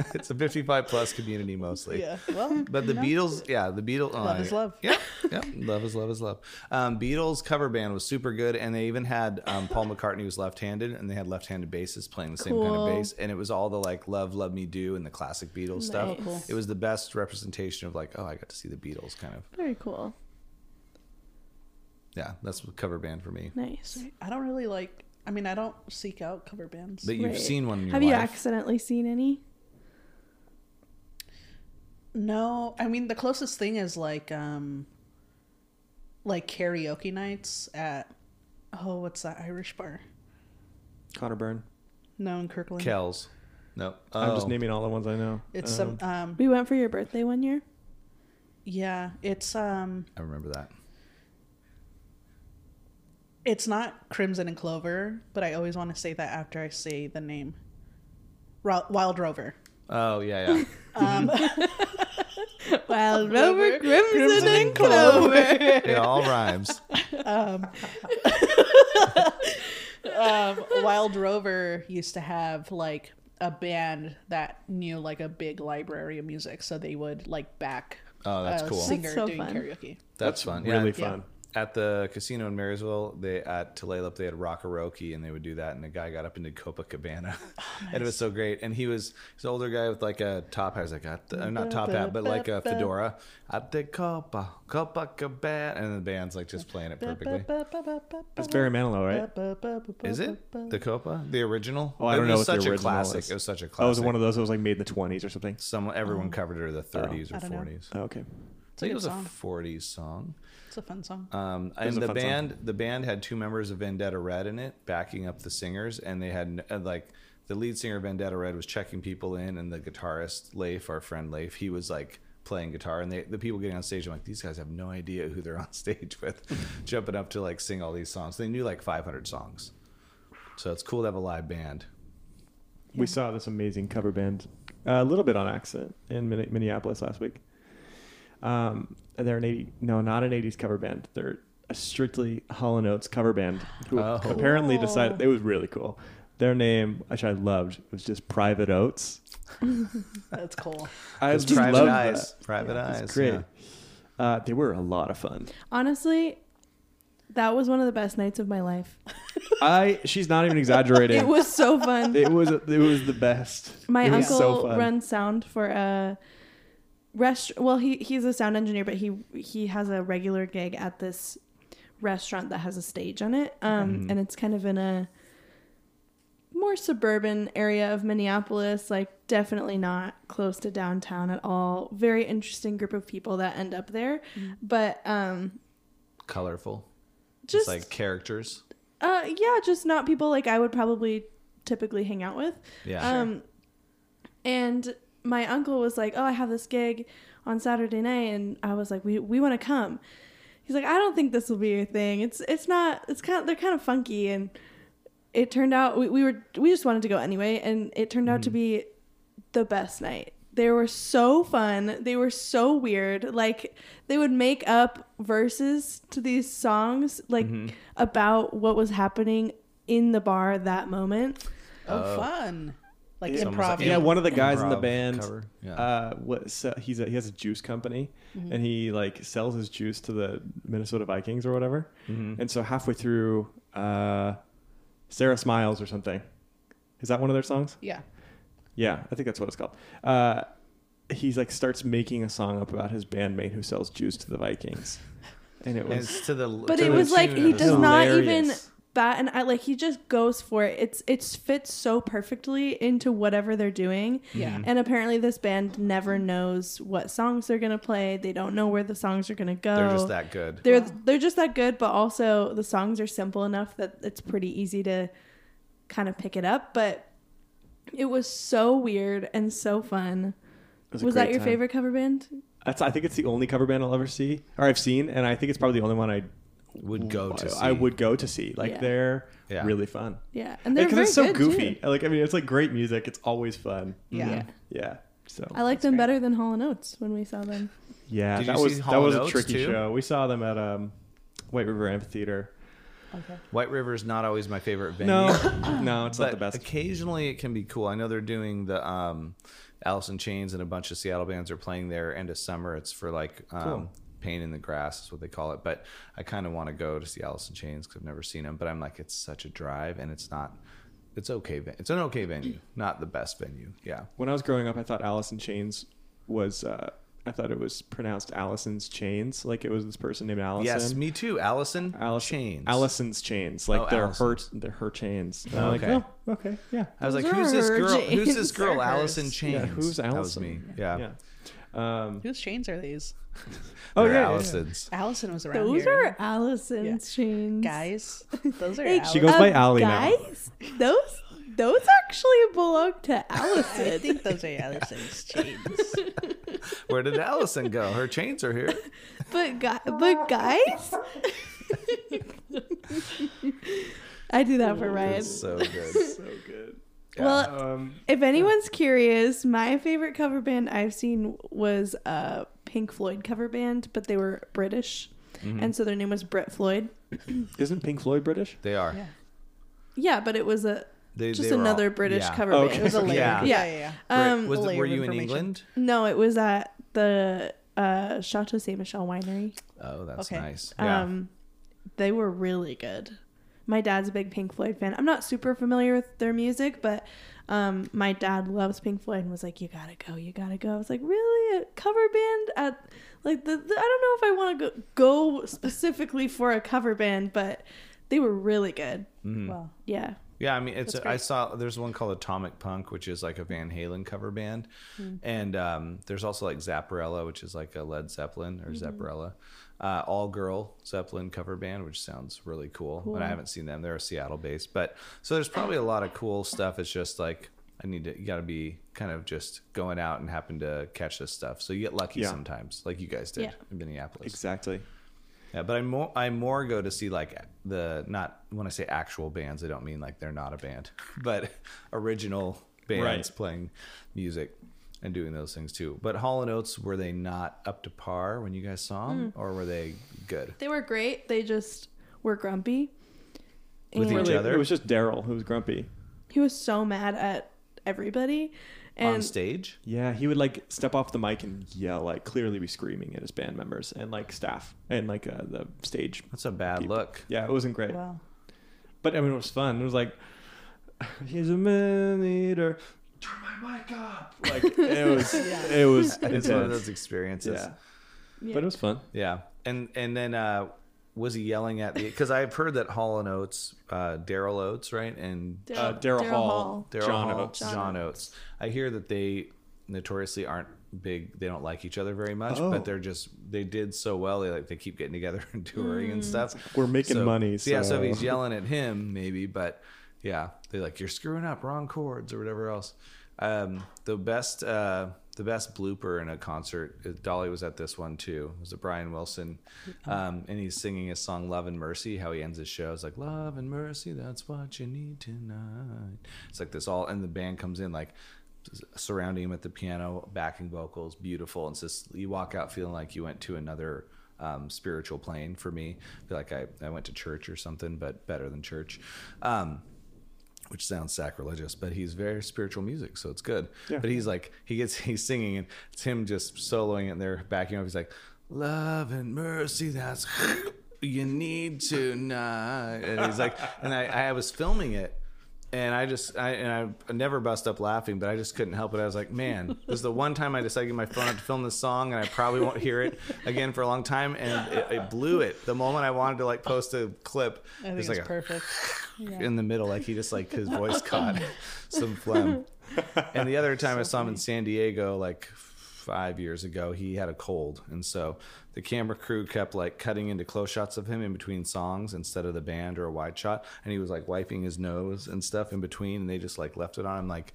S1: it's a 55 plus community mostly.
S2: Yeah. Well,
S1: But the Beatles, yeah, the Beatles. oh,
S2: Love is love.
S1: Yeah, yeah, love is love is love. Um, Beatles cover band was super good, and they even had um, Paul McCartney was left-handed, and they had left-handed bassists playing the same kind of
S4: Cool.
S1: bass, and it was all the like "Love, Love Me Do" and the classic Beatles stuff.
S4: Nice. Oh, cool.
S1: It was the best representation of like, oh, I got to see the Beatles, kind of.
S4: Very cool.
S1: Yeah, that's what cover band for me.
S4: Nice.
S2: I don't really like. I mean, I don't seek out cover bands.
S1: But you've
S4: Right.
S1: seen one in your
S4: Have you
S1: life.
S4: accidentally seen any?
S2: No, I mean the closest thing is like um like karaoke nights at oh what's that Irish bar?
S3: Connor Byrne.
S2: No, in Kirkland.
S1: Kells. No,
S3: I'm just
S1: Oh.
S3: naming all the ones I know.
S2: It's
S3: Um,
S2: some
S1: Uh-huh.
S2: um
S4: We went for your birthday one year.
S2: yeah, it's um
S1: I remember that.
S2: it's not Crimson and Clover, but I always want to say that after I say the name. Ro- Wild Rover.
S1: Oh yeah, yeah.
S4: Wild Rover, Crimson, and
S2: Clover.
S1: it all rhymes.
S2: um, Wild Rover used to have like a band that knew like a big library of music, so they would like back
S1: Oh, that's
S2: a
S1: cool.
S2: singer
S4: That's so
S2: doing
S4: fun.
S2: karaoke.
S1: That's fun. Yeah.
S3: really
S2: Yeah.
S3: fun.
S1: At the casino in Marysville, they at Tulalip they had Rockaroke and they would do that, and the guy got up into Copacabana, and it was so great. And he was he's an older guy with like a top hat, He's like I, am not top hat, but like a fedora. At the Copa Copacabana, and the band's like just playing it perfectly.
S3: That's Barry Manilow, right?
S1: Is it the Copa, the original?
S3: Oh, I don't
S1: it
S3: know
S1: was
S3: what the
S1: such a
S3: original
S1: classic.
S3: is.
S1: It was such a
S3: Oh, it was
S1: classic.
S3: one of those that was like made in the Oh. 20s or something.
S1: Some everyone covered it in the 30s
S2: I
S1: or
S2: don't know.
S1: 40s.
S3: Oh, okay.
S1: I think it was
S2: song.
S1: a 40s song.
S2: It's a fun song.
S1: Um,
S3: was
S1: and
S3: a
S1: the
S3: fun song.
S1: band, the band had two members of Vendetta Red in it, backing up the singers, and they had uh, like the lead singer of Vendetta Red was checking people in, and the guitarist Leif, our friend Leif, he was like playing guitar, and they, the people getting on stage, I'm like, these guys have no idea who they're on stage with, jumping up to like sing all these songs. They knew like 500 songs, so it's cool to have a live band.
S3: We saw this amazing cover band uh, a little bit on accident in Min- Minneapolis last week. Um, they're an 80 no, not an 80s cover band. They're a strictly Hall & Oates cover band who
S1: Oh.
S3: apparently
S4: Cool.
S3: decided it was really cool. Their name, which I loved, was just Private Oates.
S2: That's cool.
S3: I
S1: It's
S3: just
S1: private
S3: loved
S1: eyes,
S3: that.
S1: private eyes,
S3: It's great.
S1: yeah.
S3: Uh, they were a lot of fun.
S4: Honestly, that was one of the best nights of my life.
S3: I she's not even exaggerating.
S4: It was so fun.
S3: it was it was the best.
S4: My
S3: It was
S4: uncle
S3: so fun.
S4: runs sound for a rest. Well, he he's a sound engineer, but he he has a regular gig at this restaurant that has a stage on it, um,
S3: Mm-hmm.
S4: and it's kind of in a more suburban area of Minneapolis, like definitely not close to downtown at all. Very interesting group of people that end up there,
S2: Oh,
S4: but um,
S1: Colorful, just
S4: just
S1: like characters.
S4: uh, yeah, just not people like I would probably typically hang out with.
S1: Yeah,
S4: Um, and my uncle was like, "Oh, I have this gig on Saturday night," and I was like, "We we want to come." He's like, "I don't think this will be your thing. It's it's not. It's kind of they're kind of funky." And it turned out we, we were we just wanted to go anyway, and it turned out to be the best night. They were so fun. They were so weird. Like they would make up verses to these songs, like about what was happening in the bar that moment.
S2: Oh, fun. Like
S1: It's almost
S2: improv.
S1: like-
S3: Uh, Yeah, one of the guys in the
S1: Improv
S3: band.
S1: cover, yeah.
S3: Uh, what so he's a, he has a juice company,
S4: Mm-hmm.
S3: and he like sells his juice to the Minnesota Vikings or whatever.
S1: Mm-hmm.
S3: And so halfway through, uh, Sarah smiles or something. Is that one of their songs?
S2: yeah.
S3: Yeah, I think that's what it's called. Uh, he's like starts making a song up about his bandmate who sells juice to the Vikings, and it
S1: And
S3: was
S1: it's to the
S4: but
S1: to
S4: it
S1: the
S4: was like
S1: tune
S4: he
S1: of the
S4: does
S1: song.
S4: not even
S3: Hilarious.
S4: bat an eye. Like he just goes for it. It's it's fits so perfectly into whatever they're doing.
S3: Mm-hmm.
S2: Yeah.
S4: And apparently, this band never knows what songs they're gonna play. They don't know where the songs are gonna go.
S1: They're just that good.
S4: They're they're just that good. But also, the songs are simple enough that it's pretty easy to kind of pick it up. But it was so weird and so fun.
S3: it was,
S4: Was,
S3: a
S4: that
S3: great
S4: your
S3: time.
S4: favorite cover band?
S3: That's I think it's the only cover band I'll ever see or I've seen, and I think it's probably the only one I
S1: Would go to. see.
S3: I would go to see. Like
S4: Yeah.
S3: they're
S1: Yeah.
S3: really fun.
S4: Yeah, and they're
S3: because
S4: very
S3: it's so
S4: good,
S3: goofy.
S4: too.
S3: Like I mean, it's like great music. It's always fun.
S2: Yeah.
S1: Mm-hmm.
S4: Yeah.
S3: Yeah. So
S4: I liked them better than Hall and Oates when we saw them.
S3: yeah,
S1: Did
S3: that
S1: you
S3: was
S1: see
S3: that
S1: Hall
S3: was
S1: and
S3: a
S1: Oates,
S3: tricky
S1: too?
S3: show. We saw them at um, White River Amphitheater. Mm-hmm.
S1: White River is not always my favorite venue.
S3: No, no, it's not
S1: but
S3: the best.
S1: occasionally it can be cool. I know they're doing the um, Alice in Chains and a bunch of Seattle bands are playing there end of summer. It's for like um,
S3: Cool.
S1: Pain in the Grass is what they call it. But I kind of want to go to see Alice in Chains because I've never seen them. But I'm like, it's such a drive, and it's not. It's okay. ve- It's an okay venue, not the best venue. Yeah.
S3: When I was growing up, I thought Alice in Chains was. Uh, I thought it was pronounced Allison's Chains, like it was this person named Allison.
S1: Yes, me too. Allison
S3: Alice-
S1: Chains.
S3: Allison's chains, like
S1: Oh,
S3: they're
S1: Allison's.
S3: her, they're her chains. And I'm
S1: Okay.
S3: like, oh, okay, yeah.
S1: I was like,
S4: Those
S1: who's
S4: are
S1: this
S4: her
S1: girl? Who's this
S4: jeans.
S1: girl?
S4: They're
S1: Allison
S4: hers.
S1: Chains.
S3: Yeah, who's
S1: That was
S3: Allison?
S1: me. Yeah.
S3: Yeah. Um,
S2: Whose chains are these?
S3: oh
S1: They're
S3: yeah, yeah.
S1: Allison's.
S2: Allison was around
S4: Those
S2: here.
S4: are Allison's chains.
S2: guys. Those are
S4: Hey,
S2: Allison's.
S3: She goes by
S4: Um,
S3: Allie now.
S4: guys, those Those actually belong to
S2: I
S4: Allison.
S2: think those are Allison's chains.
S1: Where did Allison go? Her chains are here.
S4: but guy, but guys, I do that for Ryan.
S1: It's so good.
S3: So good.
S1: Yeah.
S4: Well,
S3: Um,
S4: if anyone's curious, my favorite cover band I've seen was a Pink Floyd cover band, but they were British,
S3: Mm-hmm.
S4: and so their name was Brit Floyd.
S3: isn't Pink Floyd British?
S1: they are.
S2: Yeah.
S4: Yeah, but it was a
S1: They,
S4: just
S1: they were
S4: another
S1: all-
S4: British
S1: yeah.
S4: cover
S3: Okay.
S4: band.
S2: It was a layer.
S1: Yeah.
S2: Yeah, yeah, yeah.
S1: Were-
S4: Um,
S1: was,
S2: a layer
S1: were
S2: of
S1: you in
S2: information.
S1: England?
S4: No, it was at the uh, Chateau Saint Michel winery.
S1: Oh, that's
S2: Okay.
S1: nice. Yeah.
S4: Um, they were really good. My dad's a big Pink Floyd fan. I'm not super familiar with their music, but um, my dad loves Pink Floyd and was like, "You gotta go, you gotta go." I was like, "Really? A cover band at like the, the- I don't know if I want to go go specifically for a cover band, but they were really good.
S3: Mm.
S2: Wow.
S4: Yeah,
S1: Yeah, I mean, it's I saw there's one called Atomic Punk, which is like a Van Halen cover band, and um, there's also like Zapparella, which is like a Led Zeppelin or Zapparella, uh, all girl Zeppelin cover band, which sounds really cool. But I haven't seen them; they're a Seattle based. But so there's probably a lot of cool stuff. It's just like I need to you got to be kind of just going out and happen to catch this stuff. So you get lucky
S3: Yeah.
S1: sometimes, like you guys did
S4: Yeah.
S1: in Minneapolis.
S3: Exactly.
S1: Yeah, but I more I more go to see like the not when I say actual bands, I don't mean like they're not a band, but original bands
S3: Right.
S1: playing music and doing those things too. But Hall and Oates were they not up to par when you guys saw them, or were they good?
S4: they were great. They just were grumpy.
S1: With
S4: And
S1: each
S3: Really,
S1: other?
S3: It was just Daryl who was grumpy.
S4: he was so mad at everybody. And
S1: On stage,
S3: Yeah, he would like step off the mic and yell, like clearly be screaming at his band members and like staff and like uh, the stage.
S1: that's a bad
S3: People.
S1: look.
S3: Yeah, it wasn't great,
S2: Wow.
S3: but I mean it was fun. It was like he's a man eater. Turn my mic up. Like it was. It was.
S1: It's one of
S3: intense.
S1: those experiences.
S3: Yeah. but it was fun.
S1: Yeah, and and then uh, was he yelling at the? Because I've heard that Hall and Oates, uh, Daryl Oates, right, and
S3: Uh, Daryl Hall,
S1: Daryl
S3: John
S1: Hall,
S3: Oates.
S1: John, Oates. I hear that they notoriously aren't big. They don't like each other very much,
S3: Oh.
S1: but they're just they did so well. They like they keep getting together and touring and stuff.
S3: We're making
S1: So-
S3: money,
S1: yeah. So if he's
S3: so-
S1: yelling at him, maybe, but yeah, they're like you're screwing up, wrong chords or whatever else. Um, the best. Uh, the best blooper in a concert. uh, Dolly was at this one too. It was a Brian Wilson, um, and he's singing his song "Love and Mercy." How he ends his show is like "Love and Mercy, that's what you need tonight." It's like this all, and the band comes in like s- surrounding him at the piano, backing vocals, beautiful, and it's just you walk out feeling like you went to another um, spiritual plane for me. I feel like I, I went to church or something, but better than church. Um, which sounds sacrilegious, but he's very spiritual music, so it's good.
S3: Yeah.
S1: But he's like he gets he's singing and it's him just soloing it and they're backing up. He's like, Love and mercy, that's you need tonight. And he's like and I, I was filming it and I just I and I never bust up laughing, but I just couldn't help it. I was like, man, this is the one time I decided to get my phone out to film this song, and I probably won't hear it again for a long time. And it, it blew it the moment I wanted to like post a clip.
S2: I think
S1: there's,
S2: it's
S1: like a
S2: perfect.
S1: in the middle, like he just like his voice caught some phlegm. And the other time I saw him in San Diego, like five years ago, he had a cold, and so the camera crew kept like cutting into close shots of him in between songs instead of the band or a wide shot, and he was like wiping his nose and stuff in between, and they just like left it on him like.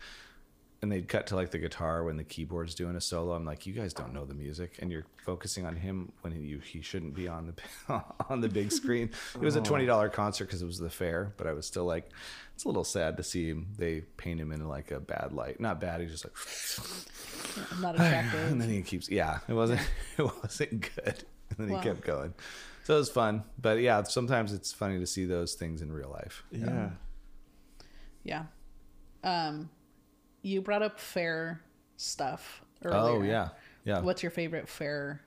S1: And they'd cut to like the guitar when the keyboard's doing a solo. I'm like, you guys don't know the music, and you're focusing on him when you he shouldn't be on the on the big screen. It was a twenty dollar concert because it was the fair, but I was still like, it's a little sad to see him. They paint him in like a bad light. Not bad. He's just like,
S2: I'm not attractive.
S1: and then he keeps. Yeah, it wasn't. It wasn't good. And then
S2: Wow.
S1: he kept going. So it was fun, but yeah, sometimes it's funny to see those things in real life.
S3: Yeah.
S2: Yeah. Um, you brought up fair stuff earlier.
S1: Oh yeah, yeah.
S2: What's your favorite fair,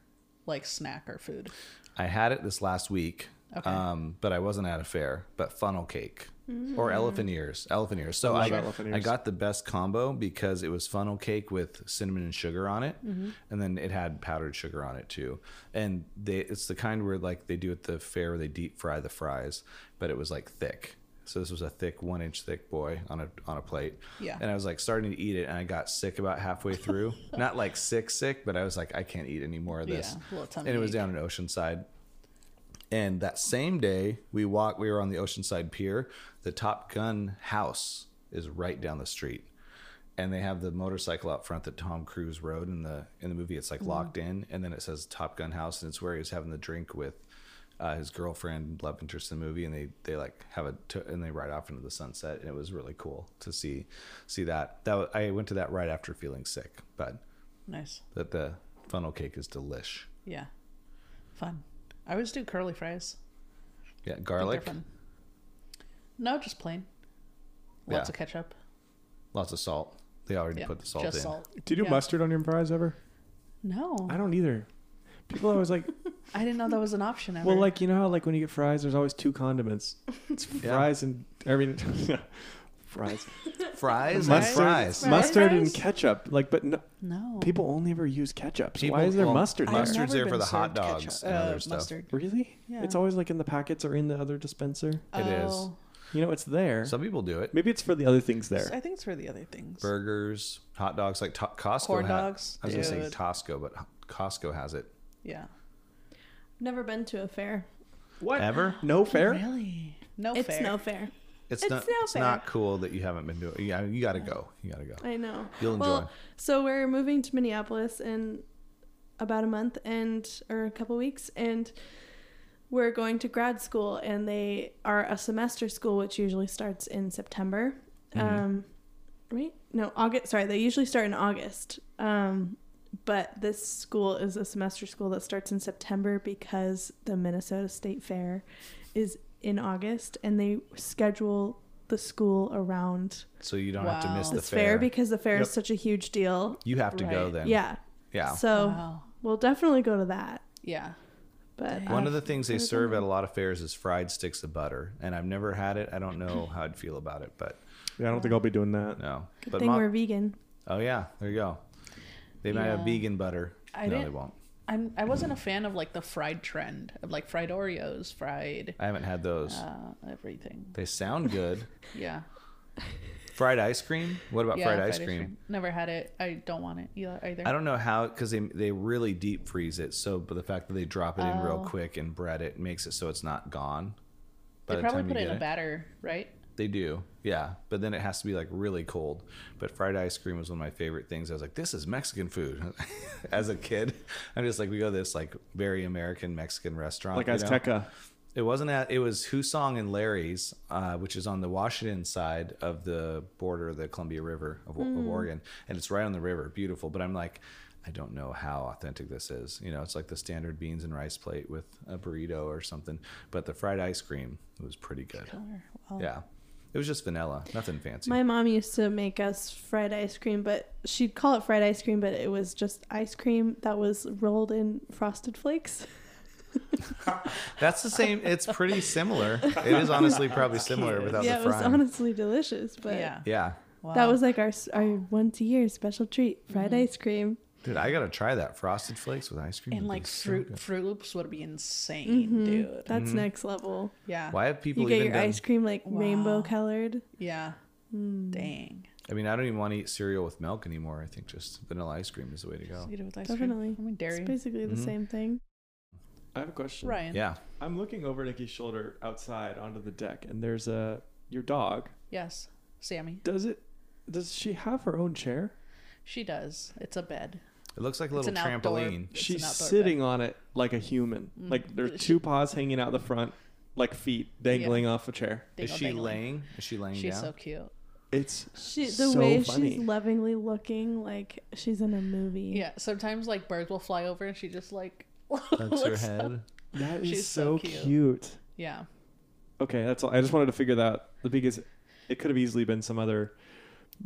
S2: like snack or food?
S1: I had it this last week,
S2: Okay.
S1: um, but I wasn't at a fair. But funnel cake
S2: Mm.
S1: or elephant ears, elephant ears. So
S3: I
S1: I,
S3: love elephant
S1: I
S3: ears.
S1: got the best combo because it was funnel cake with cinnamon and sugar on it,
S2: Mm-hmm.
S1: and then it had powdered sugar on it too. And they, it's the kind where like they do at the fair, where they deep fry the fries, but it was like thick. So this was a thick, one inch thick boy on a on a plate.
S2: Yeah.
S1: And I was like starting to eat it, and I got sick about halfway through. Not like sick, sick, but I was like, I can't eat any more of this.
S2: Yeah, a little tummy
S1: and it was
S2: ache.
S1: down in Oceanside. And that same day, we walked. We were on the Oceanside Pier. The Top Gun house is right down the street. And they have the motorcycle out front that Tom Cruise rode in the in the movie. It's like locked in, and then it says Top Gun House, and it's where he was having the drink with uh, his girlfriend, love interest in the movie, and they they like have a t- and they ride off into the sunset, and it was really cool to see see that. That wa- I went to that right after feeling sick, but
S2: Nice.
S1: that the funnel cake is delish.
S2: Yeah. Fun. I always do curly fries.
S1: Yeah,
S2: I think they're
S1: garlic,
S2: fun. No, just plain. Lots
S1: Yeah.
S2: of ketchup.
S1: lots of salt. They already
S2: Yeah,
S1: put the salt
S2: just
S1: in.
S2: salt.
S3: Do you do
S2: Yeah.
S3: mustard on your fries ever?
S2: No,
S3: I don't either. People are always like,
S2: I didn't know that was an option. Ever.
S3: well, like you know how like when you get fries, there's always two condiments. It's
S1: Yeah.
S3: fries and I mean, fries,
S1: Fries and
S3: Mustard.
S1: fries.
S4: Fries.
S3: mustard and ketchup. Like, but no,
S2: no,
S3: people only ever use ketchup. So
S1: People-
S3: why is there
S1: well,
S3: mustard?
S2: I've
S3: there?
S1: mustard's
S2: never
S1: there for
S2: been
S1: the hot
S2: served
S1: dogs
S2: ketchup-
S1: and
S2: uh,
S1: other stuff.
S2: Mustard.
S3: Really?
S2: Yeah.
S3: It's always like in the packets or in the other dispenser.
S1: It is.
S2: Oh,
S3: You know, it's there.
S1: Some people do it.
S3: Maybe it's for the other things
S2: so
S3: there.
S2: I think it's for the other things.
S1: Burgers, hot dogs, like to- Costco.
S2: Corn
S1: ha-
S2: dogs,
S1: I was going to
S2: dude.
S1: say Costco, but Costco has it.
S2: Yeah.
S4: Never been to a fair.
S3: What?
S1: Ever?
S3: No fair?
S2: Really? No
S4: it's
S2: fair.
S4: no fair.
S1: It's,
S4: It's
S1: not.
S4: no
S1: it's
S4: fair.
S1: not cool that you haven't been doing. Yeah, you got to go. You got to go.
S4: I know.
S1: You'll enjoy.
S4: Well, so we're moving to Minneapolis in about a month and or a couple weeks and we're going to grad school and they are a semester school which usually starts in September.
S1: Mm-hmm.
S4: Um right? No, August. Sorry, they usually start in August. Um but this school is a semester school that starts in September because the Minnesota State Fair is in August and they schedule the school around
S1: so you don't have to miss
S2: Wow.
S1: the
S4: it's fair.
S1: fair.
S4: because the fair is
S3: Yep.
S4: such a huge deal.
S1: you have to go
S2: Right.
S1: then.
S4: yeah.
S1: Yeah.
S4: So
S2: Wow.
S4: we'll definitely go to that.
S2: Yeah.
S4: But uh,
S1: One
S4: I-
S1: of the things they
S4: I've
S1: serve
S4: never-
S1: at a lot of fairs is fried sticks of butter, and I've never had it. I don't know how I'd feel about it, but
S3: Yeah, I don't think I'll be doing that.
S1: no.
S4: good
S1: but
S4: thing
S1: Mon-
S4: we're vegan.
S1: oh yeah, there you go. They might have
S2: Yeah.
S1: vegan butter.
S2: I
S1: no, they
S2: didn't-
S1: won't.
S2: I'm. I wasn't a fan of like the fried trend of like fried Oreos, fried
S1: I haven't had those.
S2: uh, everything.
S1: They sound good.
S2: Yeah.
S1: fried ice cream? What about
S2: yeah.
S1: fried, ice cream?
S2: Never had it. I don't want it either. either.
S1: I don't know how because they they really deep freeze it. So, but the fact that they drop it in real
S2: Oh.
S1: quick and bread it makes it so it's not gone. By the
S2: They probably
S1: time
S2: put
S1: you
S2: it
S1: get
S2: in a batter, right?
S1: They do, yeah. But then it has to be like really cold. But fried ice cream was one of my favorite things. I was like, this is Mexican food. As a kid, I'm just like, we go to this like very American Mexican restaurant,
S3: Like
S1: you know?
S3: Azteca.
S1: It wasn't at. It was Husong and Larry's, uh, which is on the Washington side of the border of the Columbia River of, of
S4: Mm.
S1: Oregon, and it's right on the river. Beautiful, but I'm like, I don't know how authentic this is. You know, it's like the standard beans and rice plate with a burrito or something. But the fried ice cream was pretty good.
S2: Or- well,
S1: Yeah, it was just vanilla, nothing fancy.
S4: My mom used to make us fried ice cream, but she'd call it fried ice cream, but it was just ice cream that was rolled in frosted flakes.
S1: That's the same. It's pretty similar. It is honestly probably similar without
S4: yeah, it
S1: the
S4: was
S1: frying.
S4: honestly delicious, but
S2: Yeah.
S1: yeah,
S2: Wow. Mm-hmm.
S4: that was like our s- our once a year special treat, fried ice cream.
S1: dude, I gotta try that frosted flakes with ice cream.
S2: and
S1: would be
S2: like
S1: Mm-hmm. so
S2: fruit
S1: good.
S2: Fruit Loops would be insane, dude.
S4: That's next level.
S2: Mm-hmm. Yeah.
S1: Why have Mm-hmm. people
S4: you get
S1: even
S4: your
S1: done?
S4: ice cream like
S2: Wow.
S4: rainbow colored. Mm.
S2: Yeah. Mm-hmm. Dang.
S1: I mean, I don't even want to eat cereal with milk anymore. I think just vanilla ice cream is the way to go.
S2: Eat it with ice
S4: Definitely.
S2: cream. I mean, dairy.
S4: It's basically the
S1: Mhm.
S4: same thing.
S3: I have a question.
S2: Ryan.
S1: Yeah.
S3: I'm looking over Nikki's shoulder outside onto the deck, and there's a your dog.
S2: Yes. Sammy.
S3: Does it? Does she have her own chair?
S2: She does. It's a bed.
S1: It looks like a little
S2: it's an outdoor-
S1: trampoline.
S2: it's an
S3: She's
S2: outdoor
S3: sitting on it like a human.
S2: Mm.
S3: Like there's
S2: She-
S3: two paws hanging out the front, like feet dangling off a chair.
S2: bed.
S1: Is
S2: Dingle
S1: she
S2: dangle.
S1: laying? Is she laying
S2: She's
S1: down?
S2: so cute.
S3: It's
S4: She, the
S3: so
S4: way
S3: funny.
S4: she's lovingly looking, like she's in a movie.
S2: Yeah. Sometimes like birds will fly over and she just like
S1: That's her
S2: looks up.
S1: head.
S3: that is
S2: she's
S3: so
S2: so
S3: cute.
S2: cute. Yeah.
S3: Okay, that's all. I just wanted to figure that because it could have easily been some other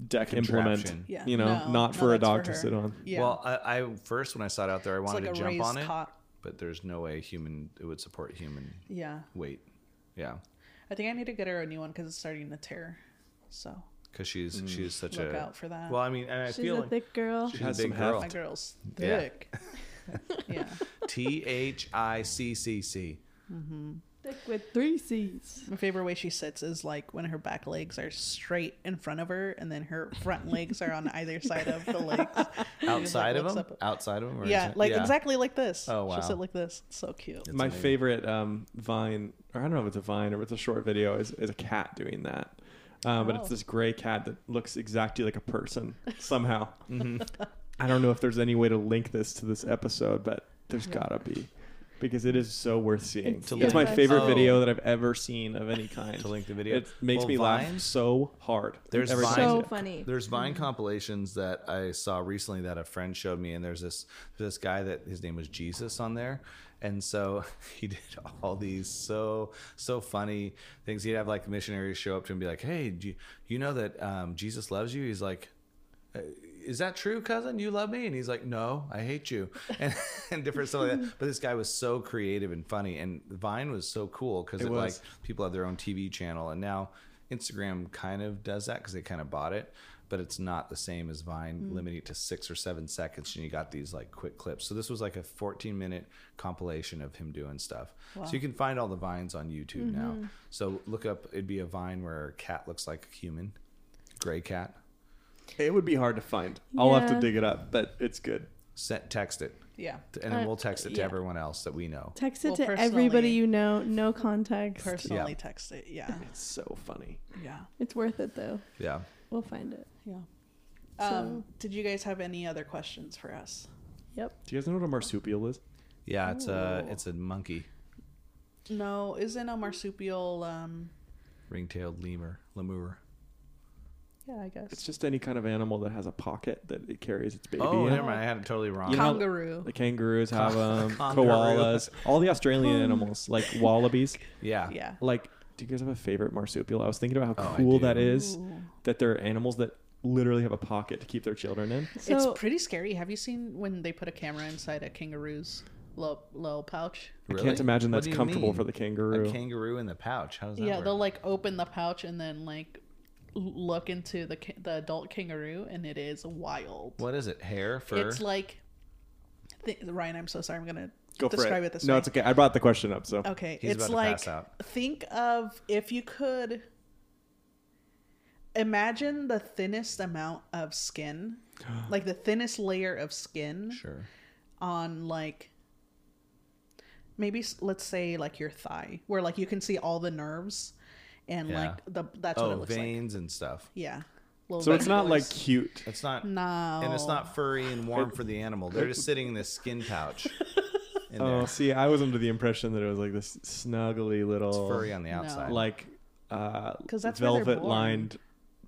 S3: deck implement.
S1: Contraption.
S2: Yeah.
S3: You know,
S2: No,
S3: not
S2: no,
S3: for a
S2: that's
S3: dog
S2: for
S3: to
S2: her.
S3: sit on.
S2: Yeah.
S1: Well, I, I first when I saw it out there, I
S2: it's
S1: wanted
S2: like a
S1: to jump
S2: raised
S1: on it,
S2: cot.
S1: but there's no way human it would support human
S2: Yeah.
S1: weight. Yeah,
S2: I think I need to get her a new one because it's starting to tear. So
S1: because
S3: Mm.
S1: she's she's such
S2: look
S1: a.
S2: out for that.
S1: Well, I mean, and I
S4: she's
S1: feel
S4: a
S1: like
S4: thick girl.
S1: she's
S3: Has
S1: a
S3: some
S1: big girl.
S2: My girl's
S1: Yeah.
S2: thick. yeah.
S1: T H I C C C.
S4: Thick with three C's.
S2: My favorite way she sits is like when her back legs are straight in front of her, and then her front legs are on either side of the legs.
S1: Outside of
S2: looks
S1: him,
S2: up-
S1: outside of him, or
S2: yeah,
S1: inside-
S2: like exactly like this.
S1: Oh, wow.
S2: She'll sit like this. It's so cute.
S1: It's
S3: My
S1: amazing.
S3: favorite um, Vine, or I don't know if it's a Vine or if it's a short video, is, is a cat doing that. Uh, But
S2: Oh.
S3: it's this gray cat that looks exactly like a person somehow.
S1: Mm-hmm.
S3: I don't know if there's any way to link this to this episode, but there's gotta be because it is so worth seeing. It's,
S1: To
S3: my
S1: link.
S3: favorite
S1: Oh.
S3: video that I've ever seen of any kind.
S1: to link the video.
S3: It makes
S1: Well,
S3: me
S1: Vine-
S3: laugh so hard.
S1: There's
S3: Every
S1: Vine.
S3: time I see
S4: So
S3: it.
S4: funny.
S1: There's Vine compilations that I saw recently that a friend showed me, and there's this this guy that his name was Jesus on there, and so he did all these so so funny things. He'd have like missionaries show up to him and be like, "Hey, do you, you know that um, Jesus loves you?" He's like. "Uh, Is that true, cousin? You love me? And he's like, No, I hate you, and, and different stuff like that. But this guy was so creative and funny, and Vine was so cool because
S3: It
S1: it, like
S3: was.
S1: people have their own TV channel, and now Instagram kind of does that because they kind of bought it, but it's not the same as Vine,
S3: Mm.
S1: limiting it to six or seven seconds, and you got these like quick clips. So this was like a 14 minute compilation of him doing stuff. So you can find all the vines on YouTube now.
S3: Mm-hmm.
S1: So look up, it'd be a vine where a cat looks like a human, gray cat.
S3: It would be hard to find. I'll have to
S4: Yeah.
S3: dig it up, but it's good.
S1: Sent, text it,
S2: Yeah.
S1: and then
S4: Uh,
S1: we'll text it to
S4: yeah.
S1: everyone else that we know.
S4: Text it
S2: Well,
S4: to everybody
S2: personally-
S4: you know, no context.
S2: Personally text it. Yeah.
S3: It's so funny.
S2: Yeah.
S4: It's worth it though.
S1: Yeah.
S4: We'll find it.
S2: Yeah.
S4: So-
S2: Um, did you guys have any other questions for us?
S4: Yep.
S3: Do you guys know what a marsupial is?
S1: Yeah, it's a
S2: Ooh.
S1: it's a monkey,
S2: No, isn't a marsupial? Um,
S1: ring-tailed lemur, lemur.
S2: yeah, I guess.
S3: It's just any kind of animal that has a pocket that it carries its baby.
S1: Oh,
S3: in.
S1: never mind. I had it totally wrong.
S3: You know-
S2: Kangaroo.
S3: The kangaroos have um,
S1: Kangaroo.
S3: koalas, all the Australian animals like wallabies.
S1: yeah.
S2: yeah.
S3: Like, do you guys have a favorite marsupial? I was thinking about how
S1: Oh, I
S3: cool
S1: do.
S3: that is.
S2: Ooh.
S3: That there are animals that literally have a pocket to keep their children in.
S4: So
S2: it's pretty scary. Have you seen when they put a camera inside a kangaroo's little, little pouch?
S3: I can't imagine
S1: What
S3: that's
S1: do you
S3: comfortable
S1: mean?
S3: for the kangaroo.
S1: A kangaroo in the pouch. How does that
S2: Yeah,
S1: work?
S2: they'll like open the pouch and then like l- look into the ca- the adult kangaroo, and it is wild.
S1: What is it? Hair, fur?
S2: It's like th- Ryan. I'm so sorry. I'm gonna
S3: Go for
S2: describe
S3: it.
S2: it. this
S3: no,
S2: way.
S3: it's okay. I brought the question up, so
S2: Okay,
S1: He's
S2: it's
S1: about to
S2: like
S1: pass out.
S2: think of if you could imagine the thinnest amount of skin, like the thinnest layer of skin
S1: sure.
S2: on like maybe s- let's say like your thigh, where like you can see all the nerves and
S1: Yeah.
S2: like the that's what it
S1: Oh,
S2: looks like.
S1: veins and stuff.
S2: Yeah. Little
S3: so it's
S2: vein
S3: not like
S2: boys.
S3: cute.
S1: It's not.
S2: no,
S1: And it's not furry and warm for the animal. They're just sitting in this skin pouch. In there.
S3: Oh, see, I was under the impression that it was like this snuggly
S1: it's
S3: little,
S1: furry on the outside.
S3: Oh. like, uh,
S2: 'Cause that's where they're
S3: velvet lined.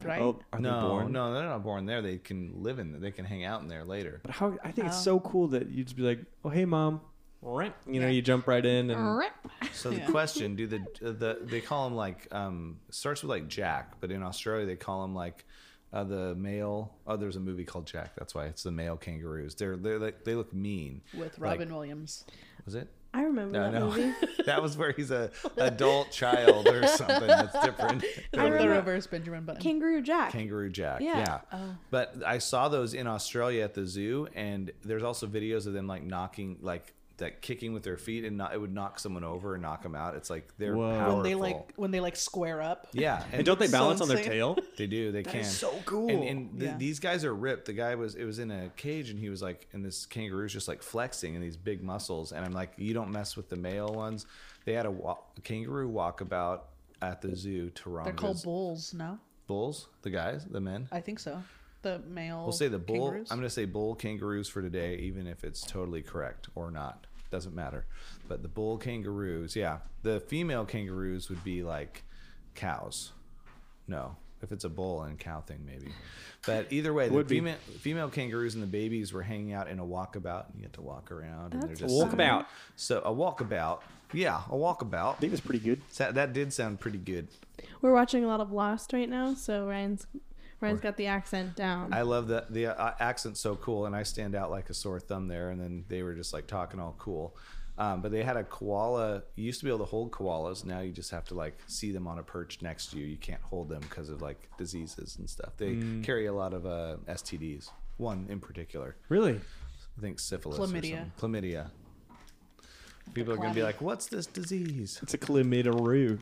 S2: right?
S3: Oh, are they
S1: no,
S3: born?
S1: no, they're not born there. They can live in. They can hang out in there later.
S3: But how I
S2: Oh.
S3: think it's so cool that you just be like, "Oh, hey, mom," you know,
S2: Yeah.
S3: you jump right in, and
S1: So the
S2: Yeah.
S1: question: Do the the they call him like um starts with like Jack, but in Australia they call him like uh, the male. Oh, there's a movie called Jack. That's why it's the male kangaroos. They're they're like they look mean.
S2: with
S1: Like,
S2: Robin Williams.
S1: was it?
S4: I remember
S1: No,
S4: that movie.
S1: no. that was where he's a adult child or something. That's different.
S2: With the
S4: remember-
S2: reverse Benjamin Button.
S4: Kangaroo Jack.
S1: Kangaroo Jack. Yeah.
S4: Yeah.
S1: But I saw those in Australia at the zoo, and there's also videos of them like knocking, like that kicking with their feet, and not, it would knock someone over and knock them out. It's like they're
S3: Whoa.
S1: powerful.
S2: when they like when they like square up.
S1: yeah,
S3: and don't they
S2: So
S3: balance on their
S2: insane.
S3: tail?
S1: They do. They can.
S3: so cool.
S1: And, and th-
S2: Yeah.
S1: these guys are ripped. The guy was. It was in a cage, and he was like, and this kangaroo's just like flexing, and these big muscles. And I'm like, you don't mess with the male ones. They had a, wa- a kangaroo walkabout at the zoo. Taronga's
S2: They're called bulls, no?
S1: bulls. The guys, the men.
S2: I think so. The male.
S1: We'll say the bull.
S2: kangaroos?
S1: I'm going to say bull kangaroos for today, even if it's totally correct or not. Doesn't matter. But the bull kangaroos, yeah. The female kangaroos would be like cows. No, if it's a bull and cow thing, maybe. But either way, the
S3: Would be.
S1: female, female kangaroos and the babies were hanging out in a walkabout, and you had to walk around. and they're
S4: That's
S1: just
S3: Walk
S1: sitting there.
S3: about.
S1: So a walkabout, yeah, a
S3: I
S1: walkabout.
S3: think it's pretty good.
S1: Sa- That did sound pretty good.
S4: We're watching a lot of Lost right now, so Ryan's Ryan's got the accent down.
S1: I love that the uh, accent's so cool, and I stand out like a sore thumb there. And then they were just like talking all cool, um, but they had a koala. You used to be able to hold koalas. Now you just have to like see them on a perch next to you. You can't hold them because of like diseases and stuff. They carry a lot of uh, STDs. One in particular,
S3: Really?
S1: I think syphilis. Or
S2: Chlamydia.
S1: something. Chlamydia. People are gonna be
S2: chlamydia.
S1: like, "What's this disease?"
S3: It's a chlamydia.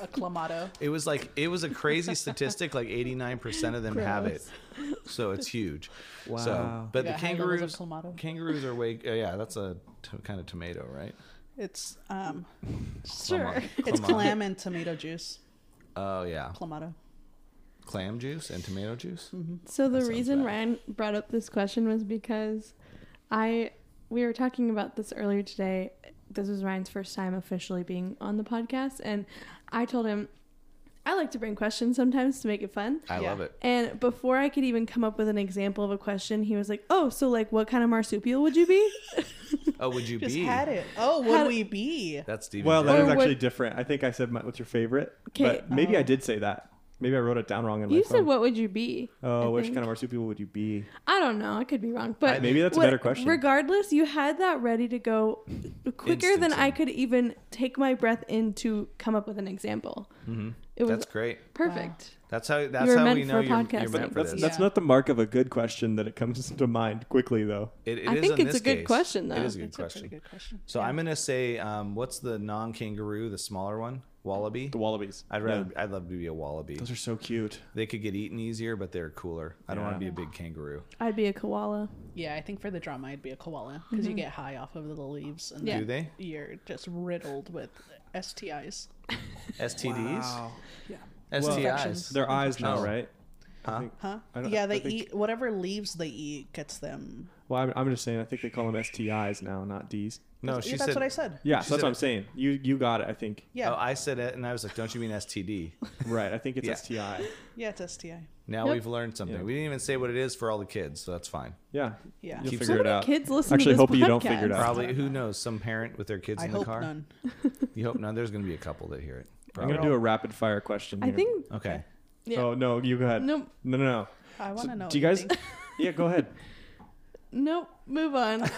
S2: a clamato.
S1: It was like it was a crazy statistic. Like eighty nine percent of them have it, so it's huge. So,
S3: Wow.
S1: but
S2: You
S1: the
S2: got high levels
S1: kangaroos,
S2: of clamato.
S1: kangaroos are way. Uh, yeah, that's a t- kind of tomato, right?
S2: It's um,
S4: sure.
S1: Clamato.
S2: it's
S1: Clamato.
S2: clam and tomato juice.
S1: Oh yeah,
S2: Clamato. Mm-hmm.
S1: clam juice and tomato juice.
S4: So the
S1: sounds
S4: reason
S1: bad.
S4: Ryan brought up this question was because I we were talking about this earlier today. This was Ryan's first time officially being on the podcast and I told him I like to bring questions sometimes to make it fun.
S1: I
S2: Yeah.
S1: love it.
S4: And before I could even come up with an example of a question, he was like, "Oh, so like what kind of marsupial would you be?"
S1: Oh, would you
S2: Just
S1: be?
S2: had it. Oh, would
S4: Had-
S2: we be?
S1: That's Stevie.
S3: Well, that
S4: Or
S3: is
S4: what-
S3: actually different. I think I said my, what's your favorite,
S4: Okay. um,
S3: but maybe I did say that. Maybe I wrote it down wrong in my
S4: you
S3: phone.
S4: said, "What would you be?"
S3: Oh,
S4: I
S3: which
S4: think.
S3: kind of marsupial would you be?
S4: I don't know. I could be wrong, but
S3: Maybe that's a better question.
S4: Regardless, you had that ready to go quicker than I
S1: Instantly.
S4: could even take my breath in to come up with an example.
S3: Mm-hmm.
S4: It was
S1: that's great.
S4: perfect.
S1: That's how. That's
S4: were
S1: how
S4: meant
S1: we
S4: for
S1: know you're, you're
S4: podcasting.
S1: meant for
S3: That's,
S1: this.
S3: that's
S2: Yeah.
S3: not the mark of a good question that it comes to mind quickly, though.
S1: It, it
S4: I
S1: is
S4: think
S1: in
S4: it's
S1: this
S4: a good
S1: case.
S4: question,
S1: It
S4: though.
S1: is a good
S2: That's a
S1: question.
S2: pretty good question.
S1: So I'm gonna say, um, what's the non-kangaroo, the smaller one, wallaby?
S3: The wallabies.
S1: I'd rather, I'd love to be a wallaby.
S3: Those are so cute.
S1: They could get eaten easier, but they're cooler. I don't want
S3: Yeah.
S1: to be a big kangaroo.
S4: I'd be a koala.
S2: Yeah, I think for the drama, I'd be a koala because you get high off of the leaves and
S4: Yeah.
S1: Do they?
S2: you're just riddled with STIs.
S1: STDs?
S2: Yeah.
S1: STIs.
S2: Infections.
S3: Their eyes now,
S1: Oh.
S3: right? I
S1: Huh?
S3: think-
S2: Huh?
S3: I don't-
S2: Yeah,
S3: I
S2: they
S3: think-
S2: eat whatever leaves they eat gets them.
S3: Well, I'm, I'm just saying. I think they call them STIs now, not Ds.
S1: no,
S2: Yeah,
S1: she
S2: that's
S1: said.
S2: what I said.
S3: Yeah,
S1: She
S3: so that's
S1: said
S3: what
S1: it.
S3: I'm saying. You you got it. I think.
S2: Yeah,
S1: Oh, I said it, and I was like, "Don't you mean STD?"
S3: Right. I think it's
S1: Yeah.
S3: STI.
S2: yeah, it's STI.
S1: Now
S4: Yep.
S1: we've learned something.
S3: Yeah.
S1: We didn't even say what it is for all the kids, so that's fine.
S3: Yeah.
S2: Yeah.
S3: You'll
S1: Keep
S3: figure it
S4: How many
S3: out.
S4: Kids listen
S3: Actually,
S4: to this
S3: hopefully
S4: podcast.
S3: you don't figure it out.
S1: Probably, who knows? Some parent with their kids
S2: I
S1: in the
S2: hope
S1: car.
S2: none.
S1: You hope none. There's going to be a couple that hear it.
S3: I'm gonna
S1: Probably.
S3: do a rapid fire question.
S4: I
S3: here.
S4: think
S1: Okay.
S4: yeah.
S3: Oh no, you go ahead.
S4: Nope.
S3: No, no, no.
S2: I want to know.
S3: do you guys?
S2: everything.
S3: yeah, go ahead.
S4: Nope. Move on.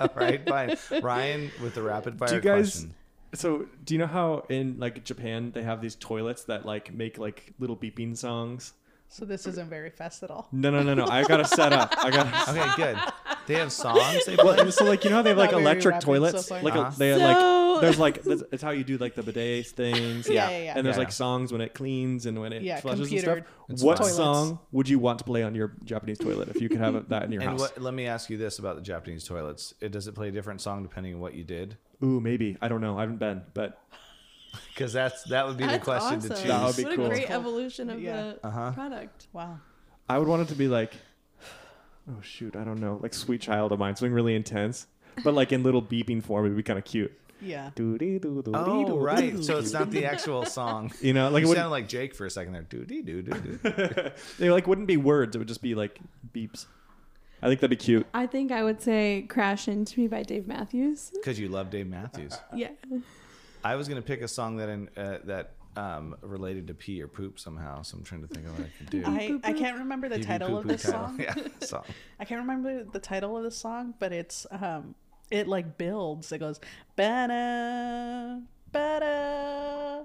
S1: All right. Fine. Ryan with the rapid fire
S3: do you guys?
S1: question.
S3: So, do you know how in like Japan they have these toilets that like make like little beeping songs?
S2: So this isn't very fast at all.
S3: No, no, no, no. I gotta set up. I got. to
S1: Okay. Good. They have songs. They
S3: Well,
S1: play.
S3: and so like you know how they have like
S2: Not very
S3: electric
S2: rapid
S3: toilets,
S2: so far.
S3: like a,
S1: Uh-huh.
S3: they have
S4: So-
S3: like there's like that's, it's how you do like the bidet things,
S2: Yeah, yeah, yeah.
S3: and there's
S1: Yeah,
S3: like
S1: yeah.
S3: songs when it cleans and when it
S2: Yeah,
S3: flushes and
S2: computer
S3: stuff.
S1: It's
S3: what
S1: fine.
S3: song would you want to play on your Japanese toilet if you could have that in your
S1: And
S3: house?
S1: what, let me ask you this about the Japanese toilets. It does it play a different song depending on what you did?
S3: Ooh, maybe I don't know. I haven't been, but
S1: Because that's that would be the
S4: That's
S1: question
S4: awesome.
S1: to choose. Uh-huh.
S3: That would be
S4: what
S3: cool. Uh-huh.
S4: a great evolution of
S2: Yeah.
S4: the product.
S2: Wow.
S3: I would want it to be like, oh shoot, I don't know, like "Sweet Child of Mine," something really intense, but like in little beeping form, it'd be kind of cute.
S2: Yeah.
S1: Oh,
S3: Oh,
S1: right. So it's not the actual song.
S3: You know, like
S1: Like
S3: it
S1: you
S3: wouldn't,
S1: sounded like Jake for a second there. Doo doo doo doo.
S3: they like wouldn't be words. It would just be like beeps. I think that'd be cute.
S4: I think I would say "Crash Into Me" by Dave Matthews.
S1: Because you love Dave Matthews.
S4: Yeah.
S1: I was gonna pick a song that in, uh, that um, related to pee or poop somehow. So I'm trying to think of what I could do.
S2: I, I can't remember the
S1: Pee pee
S2: title
S1: poo
S2: of
S1: poo
S2: this
S1: title.
S2: song.
S1: Yeah, song.
S2: I can't remember the title of the song, but it's um it like builds. It goes ba-da, ba-da,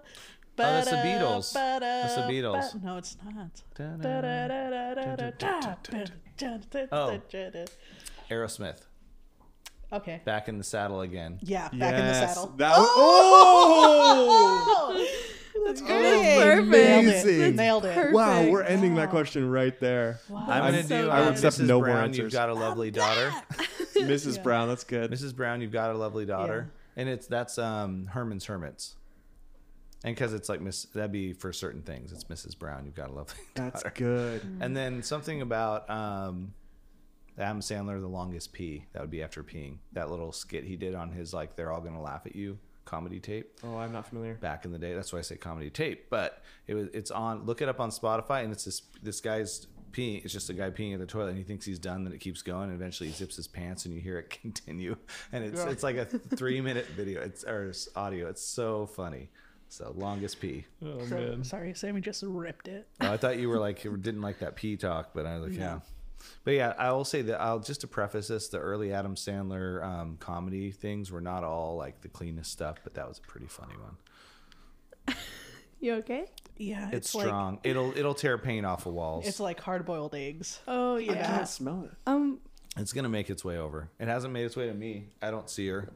S1: that's the
S2: ba-da,
S1: Beatles.
S2: ba-da,
S1: That's the Beatles.
S2: ba- No, it's not.
S1: Da-da.
S2: Da-da-da-da-da-da-da-da-da-da-da-da-da-da-da-da.
S1: Aerosmith.
S2: Okay.
S1: Back in the saddle again.
S2: Yeah, back in the
S3: Yes,
S2: saddle.
S3: That would- oh!
S2: Oh,
S4: That's
S2: dang. Nailed
S4: Perfect.
S2: it.
S3: Amazing.
S2: Nailed it.
S3: Wow,
S4: Perfect.
S3: we're ending that question right there.
S1: I'm
S3: I'm
S1: gonna
S3: so
S1: do.
S3: I would
S1: uh,
S3: accept
S1: Mrs.
S3: no more
S1: Brown,
S3: answers.
S1: You've got a lovely daughter.
S3: Mrs. Brown, that's good.
S1: Mrs. Brown, you've got a lovely daughter, and it's that's um, Herman's Hermits. And because it's like Miss, that'd be for certain things. It's Mrs. Brown. You've got a lovely
S3: That's
S1: daughter.
S3: good.
S1: And then something about um, Adam Sandler, the longest pee. That would be after peeing. That little skit he did on his like they're all gonna laugh at you comedy tape
S3: Oh, I'm not familiar.
S1: back in the day. That's why I say comedy tape. But it was it's on. Look it up on Spotify, and it's this this guy's peeing. It's just a guy peeing at the toilet, and he thinks he's done. Then it keeps going, and eventually he zips his pants, and you hear it continue. And it's it's like a three minute video. It's or it's audio. It's so funny. So longest pee.
S3: Oh
S2: So-
S3: man.
S2: Sorry, Sammy just ripped it.
S1: Oh, I thought you were like you didn't like that pee talk, but I was like, yeah. But yeah, I will say that I'll just to preface this: the early Adam Sandler um, comedy things were not all like the cleanest stuff, but that was a pretty funny one.
S4: You okay?
S2: Yeah,
S1: It's,
S2: it's, like
S1: strong. it'll it'll tear paint off of walls.
S2: it's
S1: It's,
S2: like hard boiled eggs.
S4: Oh
S3: I
S4: yeah.
S3: can't smell it.
S4: Um.
S1: gonna make its way over. It hasn't made its way to me. I don't see her.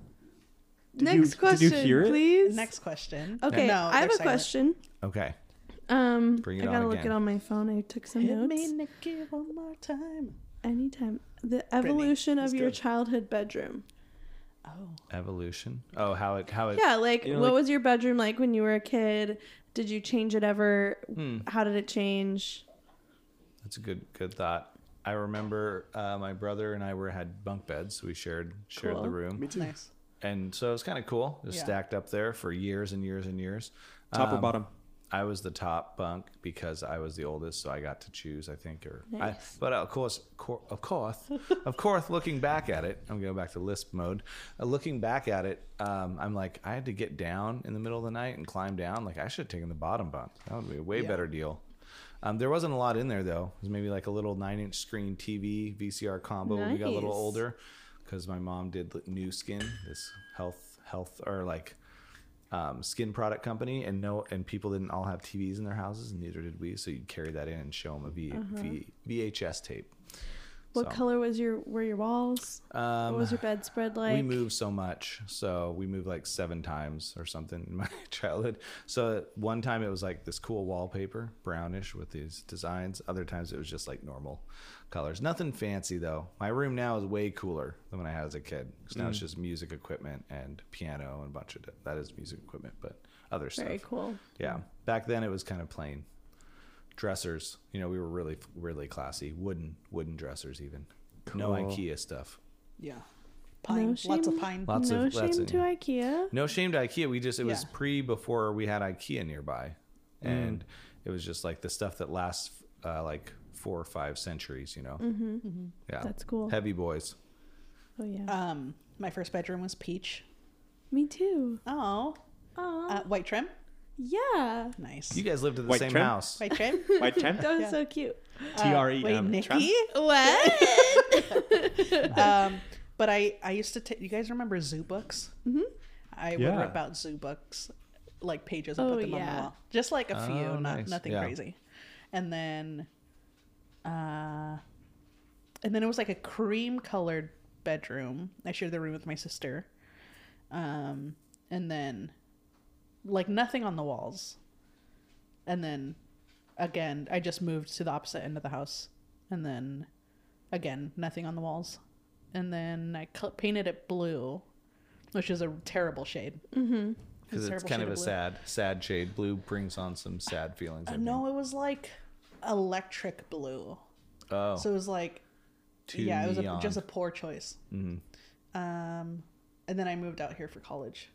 S3: Did you-
S4: next
S3: did you
S4: question,
S3: hear it?
S4: please.
S2: Next question.
S4: Okay,
S2: No,
S4: I
S2: they're
S4: have a
S2: silent.
S4: question.
S1: Okay,
S4: Um,
S1: Bring
S4: I
S1: it on
S4: gotta look
S1: again.
S4: it on my phone. I took some
S2: Hit me,
S4: notes.
S2: Nikki, one more time.
S4: Anytime the evolution of your childhood bedroom.
S2: Oh.
S1: Evolution. Oh, how it how it
S4: Yeah, like
S3: You know,
S4: what
S3: like-
S4: was your bedroom like when you were a kid? Did you change it ever?
S1: Hmm.
S4: How did it change?
S1: That's a good good thought. I remember uh, my brother and I were had bunk beds. So we shared shared
S4: Cool.
S1: the room,
S3: Me too.
S2: Nice.
S1: and so it was kind of cool. Just
S2: Yeah.
S1: stacked up there for years and years and years.
S3: Top or
S1: Um,
S3: bottom?
S1: I was the top bunk because I was the oldest, so I got to choose. I think, or I,
S4: Nice.
S1: but uh, of course, cor- of course, of course. Looking back at it, I'm going back to Lisp mode. Uh, looking back at it, um, I'm like, I had to get down in the middle of the night and climb down. Like I should have taken the bottom bunk. That would be a way
S2: Yeah.
S1: better deal. Um, there wasn't a lot in there though. It was maybe like a little nine-inch screen TV VCR combo. When we got a little
S5: Nice.
S1: older because my mom did l- New Skin, this health health or like um, skin product company, and no, and people didn't all have TVs in their houses, and neither did we. So you'd carry that in and show them a v, v, VHS tape.
S4: Uh-huh. What
S1: So,
S4: color was your were your walls?
S1: Um,
S4: what was your bedspread like?
S1: we moved so much, so we moved like seven times or something in my childhood. So one time it was like this cool wallpaper, brownish with these designs. Other times it was just like normal colors, nothing fancy though. My room now is way cooler than when I had as a kid because now it's
S4: Mm.
S1: just music equipment and piano and a bunch of that is music equipment, but other
S4: Very
S1: stuff.
S4: cool.
S1: Yeah, back then it was kind of plain dressers. You know, we were really really classy, wooden wooden dressers even. No
S3: Cool.
S1: IKEA stuff.
S2: Yeah. Pine.
S4: shame.
S2: Lots of pine.
S1: Lots
S4: no
S1: of-
S4: shame
S1: lots of-
S4: to IKEA.
S1: No shame to IKEA. We just it was
S2: Yeah.
S1: pre before we had IKEA nearby,
S3: Mm.
S1: and it was just like the stuff that lasts uh, like four or five centuries. You know, mm-hmm. yeah,
S4: That's cool.
S1: Heavy boys.
S4: Oh yeah.
S2: Um, my first bedroom was peach.
S4: Me too.
S2: Oh.
S4: Aw.
S2: Uh, white trim.
S4: yeah.
S2: Nice.
S1: You guys lived at the
S3: White
S1: same
S3: trim?
S1: house.
S2: white trim.
S3: White trim?
S4: That was
S2: Yeah.
S4: so cute.
S3: T R E
S2: Wait,
S3: M.
S2: Nikki.
S5: What?
S2: um, but I I used to take. You guys remember zoo books? Mm-hmm. I would
S3: Yeah.
S2: rip out zoo books, like pages, and
S4: Oh,
S2: put them on
S4: yeah.
S2: the wall. Just like a few,
S1: Oh,
S2: not
S1: nice.
S2: nothing
S1: Yeah.
S2: crazy. And then, uh, and then it was like a cream colored bedroom. I shared the room with my sister. Um, and then, like nothing on the walls. And then, again, I just moved to the opposite end of the house, and then again, nothing on the walls. And then I col- painted it blue, which is a terrible shade.
S1: because it's
S2: Terrible
S1: kind of
S2: shade
S1: a
S2: of blue.
S1: sad, sad shade. Blue brings on some sad feelings. I
S2: Uh,
S1: think.
S2: no, it was like electric blue.
S1: oh,
S2: So it was like,
S1: too
S2: yeah, it was a,
S1: neon. Mm-hmm.
S2: just a poor choice. Um, and then I moved out here for college,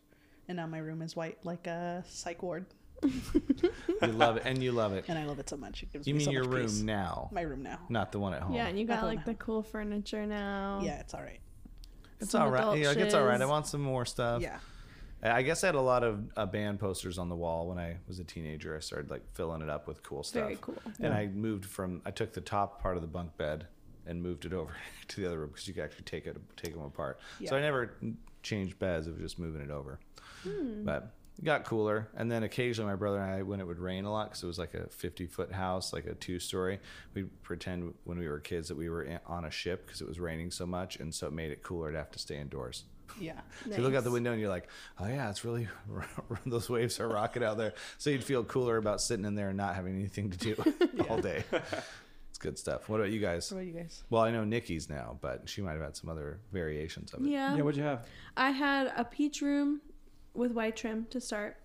S2: and now my room is white like a psych ward,
S1: you love it, and you love it.
S2: and I love it so much. It gives
S1: You
S2: me
S1: mean
S2: so
S1: your
S2: much
S1: room
S2: peace.
S1: now,
S2: My room now.
S1: not the one at home.
S4: Yeah, and you got
S2: Nothing
S4: like the cool furniture now.
S2: Yeah, it's all right.
S1: it's
S4: some
S1: all right.
S4: adult
S1: You're like, it's all right. I
S4: shiz.
S1: want some more stuff.
S2: Yeah.
S1: I guess I had a lot of uh, band posters on the wall when I was a teenager. I started like filling it up with cool stuff.
S4: Very cool.
S1: And I moved from I took the top part of the bunk bed and moved it over to the other room because you could actually take it take them apart. So
S2: Yeah.
S1: I never changed beds. It was just moving it over. But it got cooler. And then occasionally my brother and I, when it would rain a lot, because it was like a 50 foot house, like a two story, we'd pretend when we were kids that we were in, on a ship because it was raining so much. And so it made it cooler to have to stay indoors.
S2: Yeah.
S1: So you look out the
S4: Nice.
S1: window and you're like, oh yeah, it's really those waves are rocking out there. So you'd feel cooler about sitting in there and not having anything to do all day. It's good stuff. What about you guys?
S2: What about you guys?
S1: Well, I know Nikki's now, but she might have had some other variations of it.
S4: Yeah.
S3: Yeah, what'd you have?
S4: I had a peach room with white trim to start.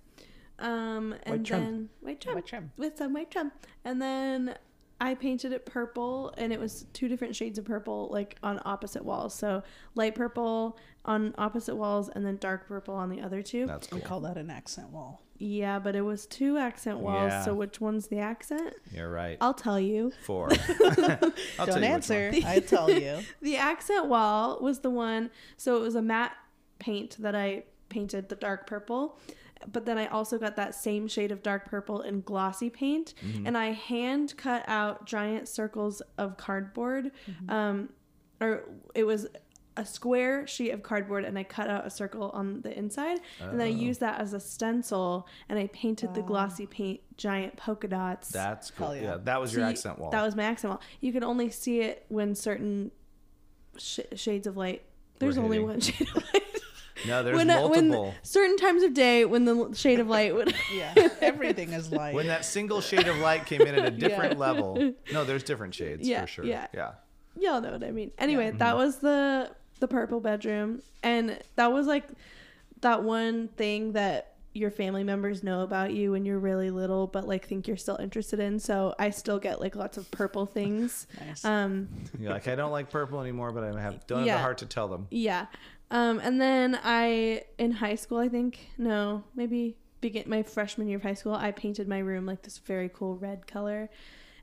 S4: Um and
S3: White trim.
S4: then white trim.
S2: White trim.
S4: With some white trim. And then I painted it purple and it was two different shades of purple like on opposite walls. So light purple on opposite walls and then dark purple on the other two.
S1: That's
S2: We
S1: cool.
S2: call that an accent wall.
S4: Yeah, but it was two accent walls.
S1: Yeah.
S4: So which one's the accent?
S1: You're right.
S4: I'll tell you.
S1: Four. I'll tell you which
S2: Don't
S1: one.
S2: answer. I tell you.
S4: The accent wall was the one, so it was a matte paint that I painted the dark purple, but then I also got that same shade of dark purple in glossy paint, and I hand cut out giant circles of cardboard. Um, or it was a square sheet of cardboard, and I cut out a circle on the inside, and then I used that as a stencil, and I painted the glossy paint giant polka dots.
S1: That's cool.
S2: Hell
S1: Yeah.
S2: yeah.
S1: that was your
S4: So you-
S1: accent wall.
S4: That was my accent wall. You can only see it when certain sh- shades of light. There's
S1: Were
S4: only
S1: hitting.
S4: one shade of light.
S1: no, there's
S4: when, uh,
S1: multiple.
S4: when certain times of day, when the l- shade of light would.
S2: Yeah. Everything is light.
S1: When that single shade of light came in at a different level. No, there's different shades
S4: Yeah,
S1: for sure.
S4: yeah.
S1: Yeah. Mm-hmm.
S4: Y'all know what I mean. Anyway, that was the the purple bedroom, and that was like that one thing that your family members know about you when you're really little, but like think you're still interested in. So I still get like lots of purple things.
S2: Nice.
S4: Um,
S1: You're like, I don't like purple anymore, but I have don't have
S4: Yeah.
S1: the heart to tell them.
S4: Yeah. Um, and then I, in high school, I think, no, maybe begin my freshman year of high school, I painted my room like this very cool red color.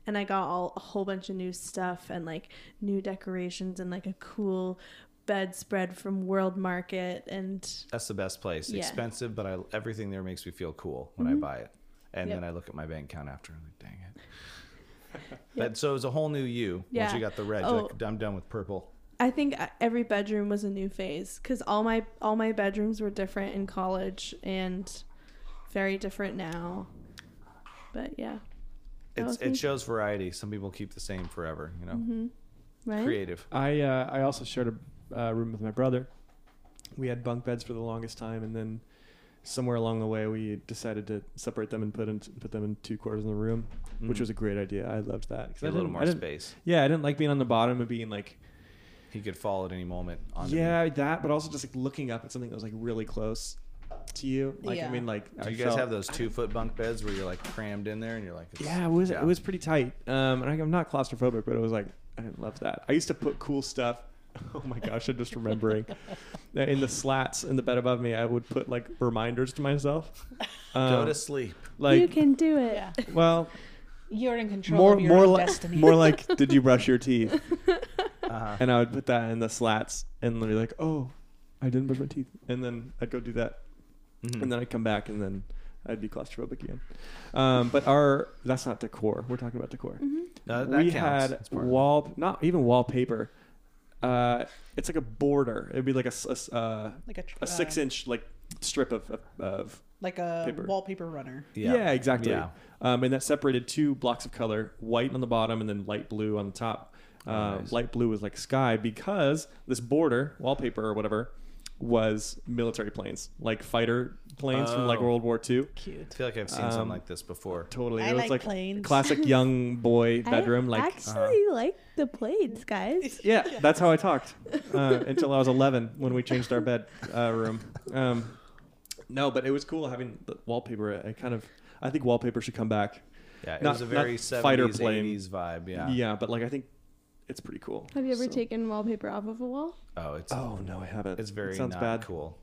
S4: And I got all a whole bunch of new stuff and like new decorations and like a cool bedspread from World Market. And
S1: That's the best place.
S4: Yeah. Mm-hmm.
S1: Expensive, but I, everything there makes me feel cool when I buy it. And then I look at my bank account after, I'm like, dang it. But so it was a whole new you once
S4: Yeah.
S1: you got the red. You're
S4: Oh.
S1: like, I'm done with purple.
S4: I think every bedroom was a new phase because all my all my bedrooms were different in college and very different now. But yeah, That
S1: It's,
S4: was
S1: it
S4: me.
S1: shows variety. Some people keep the same forever, you know.
S4: Mm-hmm. right?
S1: Creative.
S3: I uh, I also shared a uh, room with my brother. We had bunk beds for the longest time, and then somewhere along the way, we decided to separate them and put in put them in two quarters in the room, which
S1: Mhm.
S3: was a great idea. I loved that 'cause I
S1: a little
S3: didn't- I
S1: more
S3: didn't-
S1: space.
S3: Yeah, I didn't like being on the bottom and being like
S1: He could fall at any moment. On
S3: yeah that, but also just like looking up at something that was like really close to you. Like I
S2: Yeah.
S3: mean, like
S1: Do
S3: I
S1: you guys
S3: felt-
S1: have those two foot bunk beds where you're like crammed in there and you're like, it's-
S3: Yeah, it was it was pretty tight. Um, and I, I'm not claustrophobic, but it was like I didn't love that. I used to put cool stuff. Oh my gosh, I'm just remembering that in the slats in the bed above me. I would put like reminders to myself. Um,
S1: Go to sleep.
S4: you
S3: like
S4: can do it.
S2: yeah.
S3: well,
S2: You're in control
S3: more
S2: of your
S3: more
S2: own
S3: like
S2: destiny.
S3: more like did you brush your teeth?
S1: Uh-huh.
S3: And I would put that in the slats and be like, oh, I didn't brush my teeth, and then I'd go do that,
S1: Mhm.
S3: and then I'd come back, and then. I'd be claustrophobic again, um, but our that's not decor. We're talking about decor.
S2: Mm-hmm.
S1: No, Mm-hmm. Uh, that
S3: we
S1: counts.
S3: had
S1: It's part of it.
S3: wall, not even wallpaper. Uh, it's like a border. It'd be like a, s- a s- uh,
S2: like a, tr-
S3: a six
S2: uh,
S3: inch like strip of of, of
S2: like a
S3: paper.
S2: wallpaper runner.
S3: yeah. exactly.
S1: Yeah.
S3: Um, and that separated two blocks of color: white on the bottom and then light blue on the top. Uh,
S1: Oh, nice.
S3: Light blue was like sky because this border wallpaper or whatever was military planes, like fighter planes from like
S1: Oh.
S3: World War II.
S1: I
S2: Cute.
S1: feel like I've seen
S3: Um,
S1: something like this before.
S3: Totally,
S2: I
S3: it was
S2: like
S3: like
S2: planes.
S3: classic young boy
S5: I
S3: bedroom. like uh,
S5: actually like the plates, guys.
S3: Yeah, that's how I talked uh, until I was 11 when we changed our bed uh, room. Um, no, but it was cool having the wallpaper. I kind of, I think wallpaper should come back.
S1: Yeah, it
S3: Not-
S1: was a very
S3: not fighter
S1: 70s,
S3: plane.
S1: 80s vibe. Yeah.
S3: Yeah, but like I think it's pretty cool.
S4: Have you ever
S3: So-
S4: taken wallpaper off of a wall?
S1: Oh, it's
S3: Oh no, I haven't.
S1: it's very
S3: it sounds
S1: not
S3: bad.
S1: cool.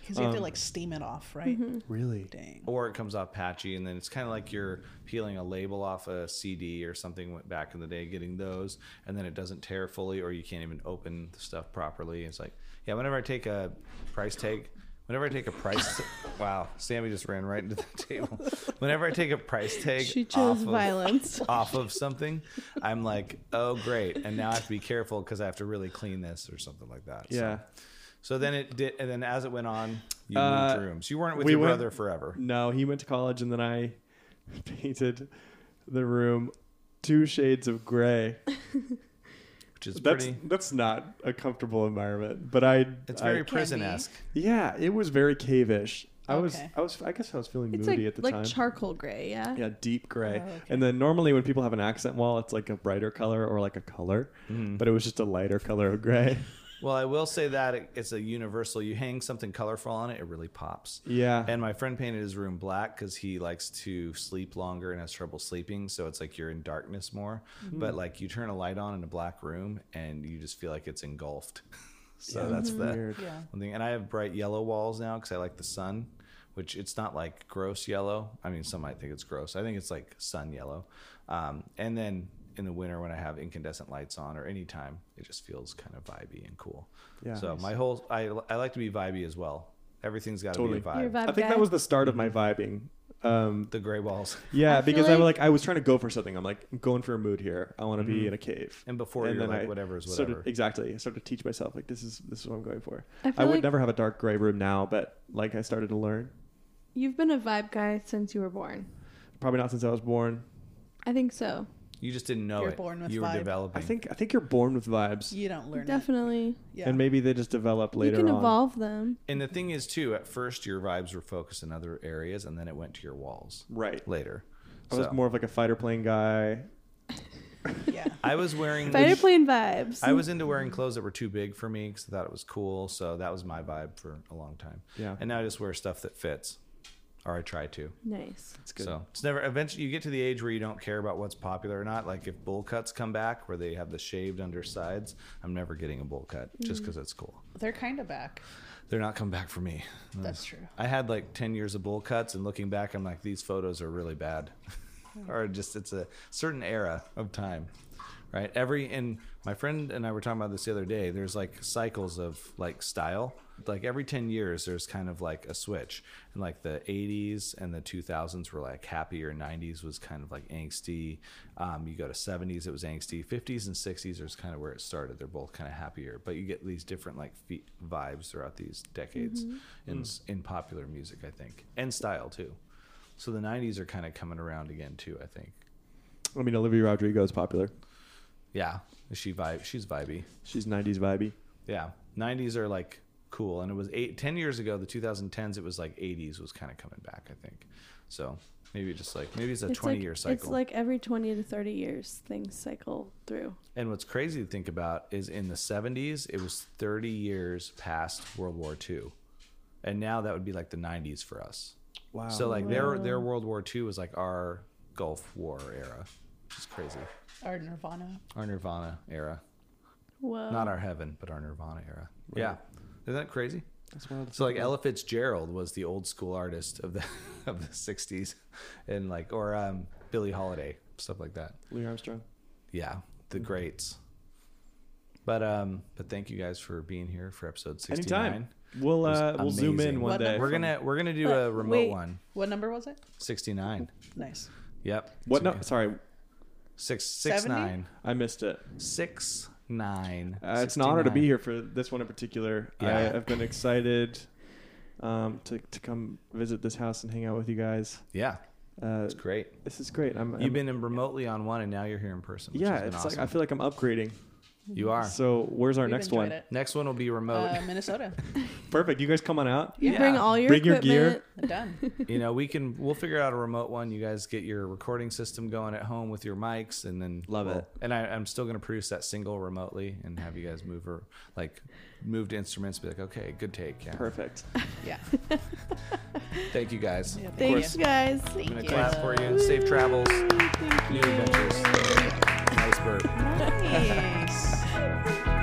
S2: Because you have to
S3: Um, Mm-hmm.
S2: like steam it off, right?
S3: Really?
S2: Dang.
S1: Or it comes off patchy, and then it's kind of like you're peeling a label off a CD or something went back in the day, getting those, and then it doesn't tear fully, or you can't even open the stuff properly. It's like, yeah, whenever I take a price tag, whenever I take a price, wow, Sammy just ran right into the table. Whenever I take a price tag,
S4: She chose
S1: off of-
S4: violence.
S1: off of something, I'm like, oh great, and now I have to be careful because I have to really clean this or something like that. So-
S3: Yeah.
S1: So, then it did, and then as it went on, you
S3: Uh,
S1: moved rooms. You weren't with
S3: we
S1: your
S3: went-
S1: brother forever.
S3: No, he went to college and then I painted the room two shades of gray.
S1: which is
S3: That's
S1: pretty.
S3: that's not a comfortable environment, but I
S1: It's
S3: I-
S1: very
S2: be.
S1: prison esque.
S3: Yeah, it was very cavish. I was,
S2: Okay.
S3: I was, I guess I was feeling
S4: It's
S3: moody
S4: like
S3: at the
S4: like
S3: time.
S4: charcoal gray, yeah.
S3: yeah, deep gray.
S2: Oh, okay.
S3: And then normally when people have an accent wall, it's like a brighter color or like a color,
S1: Mm.
S3: but it was just a lighter color of gray.
S1: Well, I will say that it, it's a universal. You hang something colorful on it, it really pops.
S3: Yeah.
S1: And my friend painted his room black because he likes to sleep longer and has trouble sleeping. So it's like you're in darkness more.
S3: Mm-hmm.
S1: But like you turn a light on in a black room and you just feel like it's engulfed. so oh,
S4: Mm-hmm.
S1: that's the
S3: Weird.
S2: Yeah.
S1: one thing. And I have bright yellow walls now because I like the sun, which it's not like gross yellow. I mean, some might think it's gross. I think it's like sun yellow. Um, and then in the winter when I have incandescent lights on or any time, it just feels kind of vibey and cool.
S3: Yeah.
S1: so my whole I I like to be vibey as well. Everything's got to
S3: Totally.
S1: be a
S4: You're
S1: vibe.
S4: a vibe
S3: I think
S4: guy.
S3: that was the start of my
S1: Mm-hmm.
S3: vibing. Um,
S1: The gray walls.
S3: yeah,
S4: I feel
S3: because I was like, I was trying to go for something. I'm like, I'm going for a mood here. I want to be in a cave.
S1: Mm-hmm. And before you're like, whatever is
S3: started-
S1: whatever.
S3: exactly. I started to teach myself like this is this is what I'm going for.
S4: I
S3: I,
S4: feel
S3: would
S4: like-
S3: never have a dark gray room now, but like I started to learn.
S4: You've been a vibe guy since you were born.
S3: Probably not since I was born.
S4: I think so.
S1: You just didn't know
S2: You're
S1: it.
S2: born with
S1: you were
S2: vibe.
S1: developing.
S3: I think I think you're born with vibes,
S2: You don't learn it.
S4: Definitely.
S2: Yeah.
S3: and maybe they just develop later.
S4: you can
S3: on.
S4: evolve them.
S1: And the thing is, too, at first your vibes were focused in other areas, and then it went to your walls
S3: Right.
S1: later.
S3: I was
S1: So-
S3: more of like a fighter plane guy.
S2: Yeah.
S1: I was wearing.
S4: Fighter plane vibes.
S1: I was into wearing clothes that were too big for me because I thought it was cool. So that was my vibe for a long time.
S3: Yeah.
S1: And now I just wear stuff that fits, or I try to.
S4: nice.
S3: It's good.
S1: So it's never. Eventually, you get to the age where you don't care about what's popular or not. Like if bowl cuts come back, where they have the shaved undersides, I'm never getting a bowl cut just because it's cool.
S2: They're kind of back.
S1: They're not coming back for me.
S2: That's true.
S1: I had like 10 years of bowl cuts, and looking back, I'm like, these photos are really bad. or just, it's a certain era of time, right? Every, and my friend and I were talking about this the other day. There's like cycles of like style. Like every 10 years, there's kind of like a switch. And like the 80s and the 2000s were like happier. 90s was kind of like angsty. Um, you go to 70s, it was angsty. 50s and 60s is kind of where it started. They're both kind of happier, but you get these different like fe vibes throughout these decades in s in popular music, I think, and style too. So the 90s are kind of coming around again too, I think.
S3: I mean, Olivia Rodrigo is popular.
S1: Yeah, she vibe. She's vibey.
S3: She's 90s vibey.
S1: Yeah, 90s are like cool, and it was eight, 10 years ago. The 2010s, it was like 80s was kind of coming back, I think. So maybe just like maybe it's a 20
S4: like,
S1: year cycle.
S4: It's like every 20 to 30 years things cycle through.
S1: And what's crazy to think about is in the 70s, it was 30 years past World War II. And now that would be like the 90s for us.
S3: Oh, Wow.
S1: So like their their World War II was like our Gulf War era. Which is crazy.
S2: Our Nirvana.
S1: Our Nirvana era.
S4: Whoa.
S1: Not our heaven, but our Nirvana era. Yeah. Isn't that crazy?
S3: That's wild.
S1: So like Ella Fitzgerald was the old school artist of the of the 60s and like or um Billie Holiday, stuff like that.
S3: Louis Armstrong.
S1: yeah, the
S3: Mm-hmm.
S1: greats. But um, but thank you guys for being here for episode sixty nine.
S3: Anytime. We'll
S1: was
S3: uh, we'll zoom
S1: amazing.
S3: in one
S2: What
S3: day.
S2: number?
S1: We're gonna we're gonna do a
S4: But
S1: remote
S4: wait.
S1: one.
S2: What number was it?
S1: Sixty nine.
S2: Nice.
S1: Yep.
S3: What?
S1: It's
S3: No,
S1: okay.
S3: sorry,
S1: Six six
S2: 70?
S1: nine.
S3: I missed it.
S1: Six nine.
S3: Uh, it's an honor to
S1: 69.
S3: be here for this one in particular. I
S1: Yeah.
S3: have been excited um, to to come visit this house and hang out with you guys.
S1: Yeah,
S3: Uh,
S1: it's great.
S3: this is great. I'm, I'm-
S1: You've been in remotely on one, and now you're here in person. Which
S3: yeah.
S1: has been
S3: It's
S1: awesome.
S3: like I feel like I'm upgrading.
S1: you are.
S3: So where's our
S2: We've
S3: next
S2: enjoyed
S3: one?
S2: it.
S1: Next one will be remote.
S2: Uh, Minnesota.
S3: Perfect. You guys come on out.
S4: You
S1: Yeah.
S4: bring all your
S3: Bring your
S4: equipment.
S3: gear.
S2: Done.
S1: you know, we can we'll figure out a remote one. You guys get your recording system going at home with your mics, and then
S3: Love
S1: we'll-
S3: it.
S1: And I, I'm still going to produce that single remotely and have you guys move or like move to instruments. Be like, okay, good take. Yeah.
S3: Perfect.
S2: Yeah.
S1: Thank you guys.
S2: yeah
S4: Thanks, guys.
S1: I'm gonna
S2: you.
S1: clap for you. Safe travels,
S4: Thank
S1: new
S4: you.
S1: adventures. Nice bird.
S2: Nice.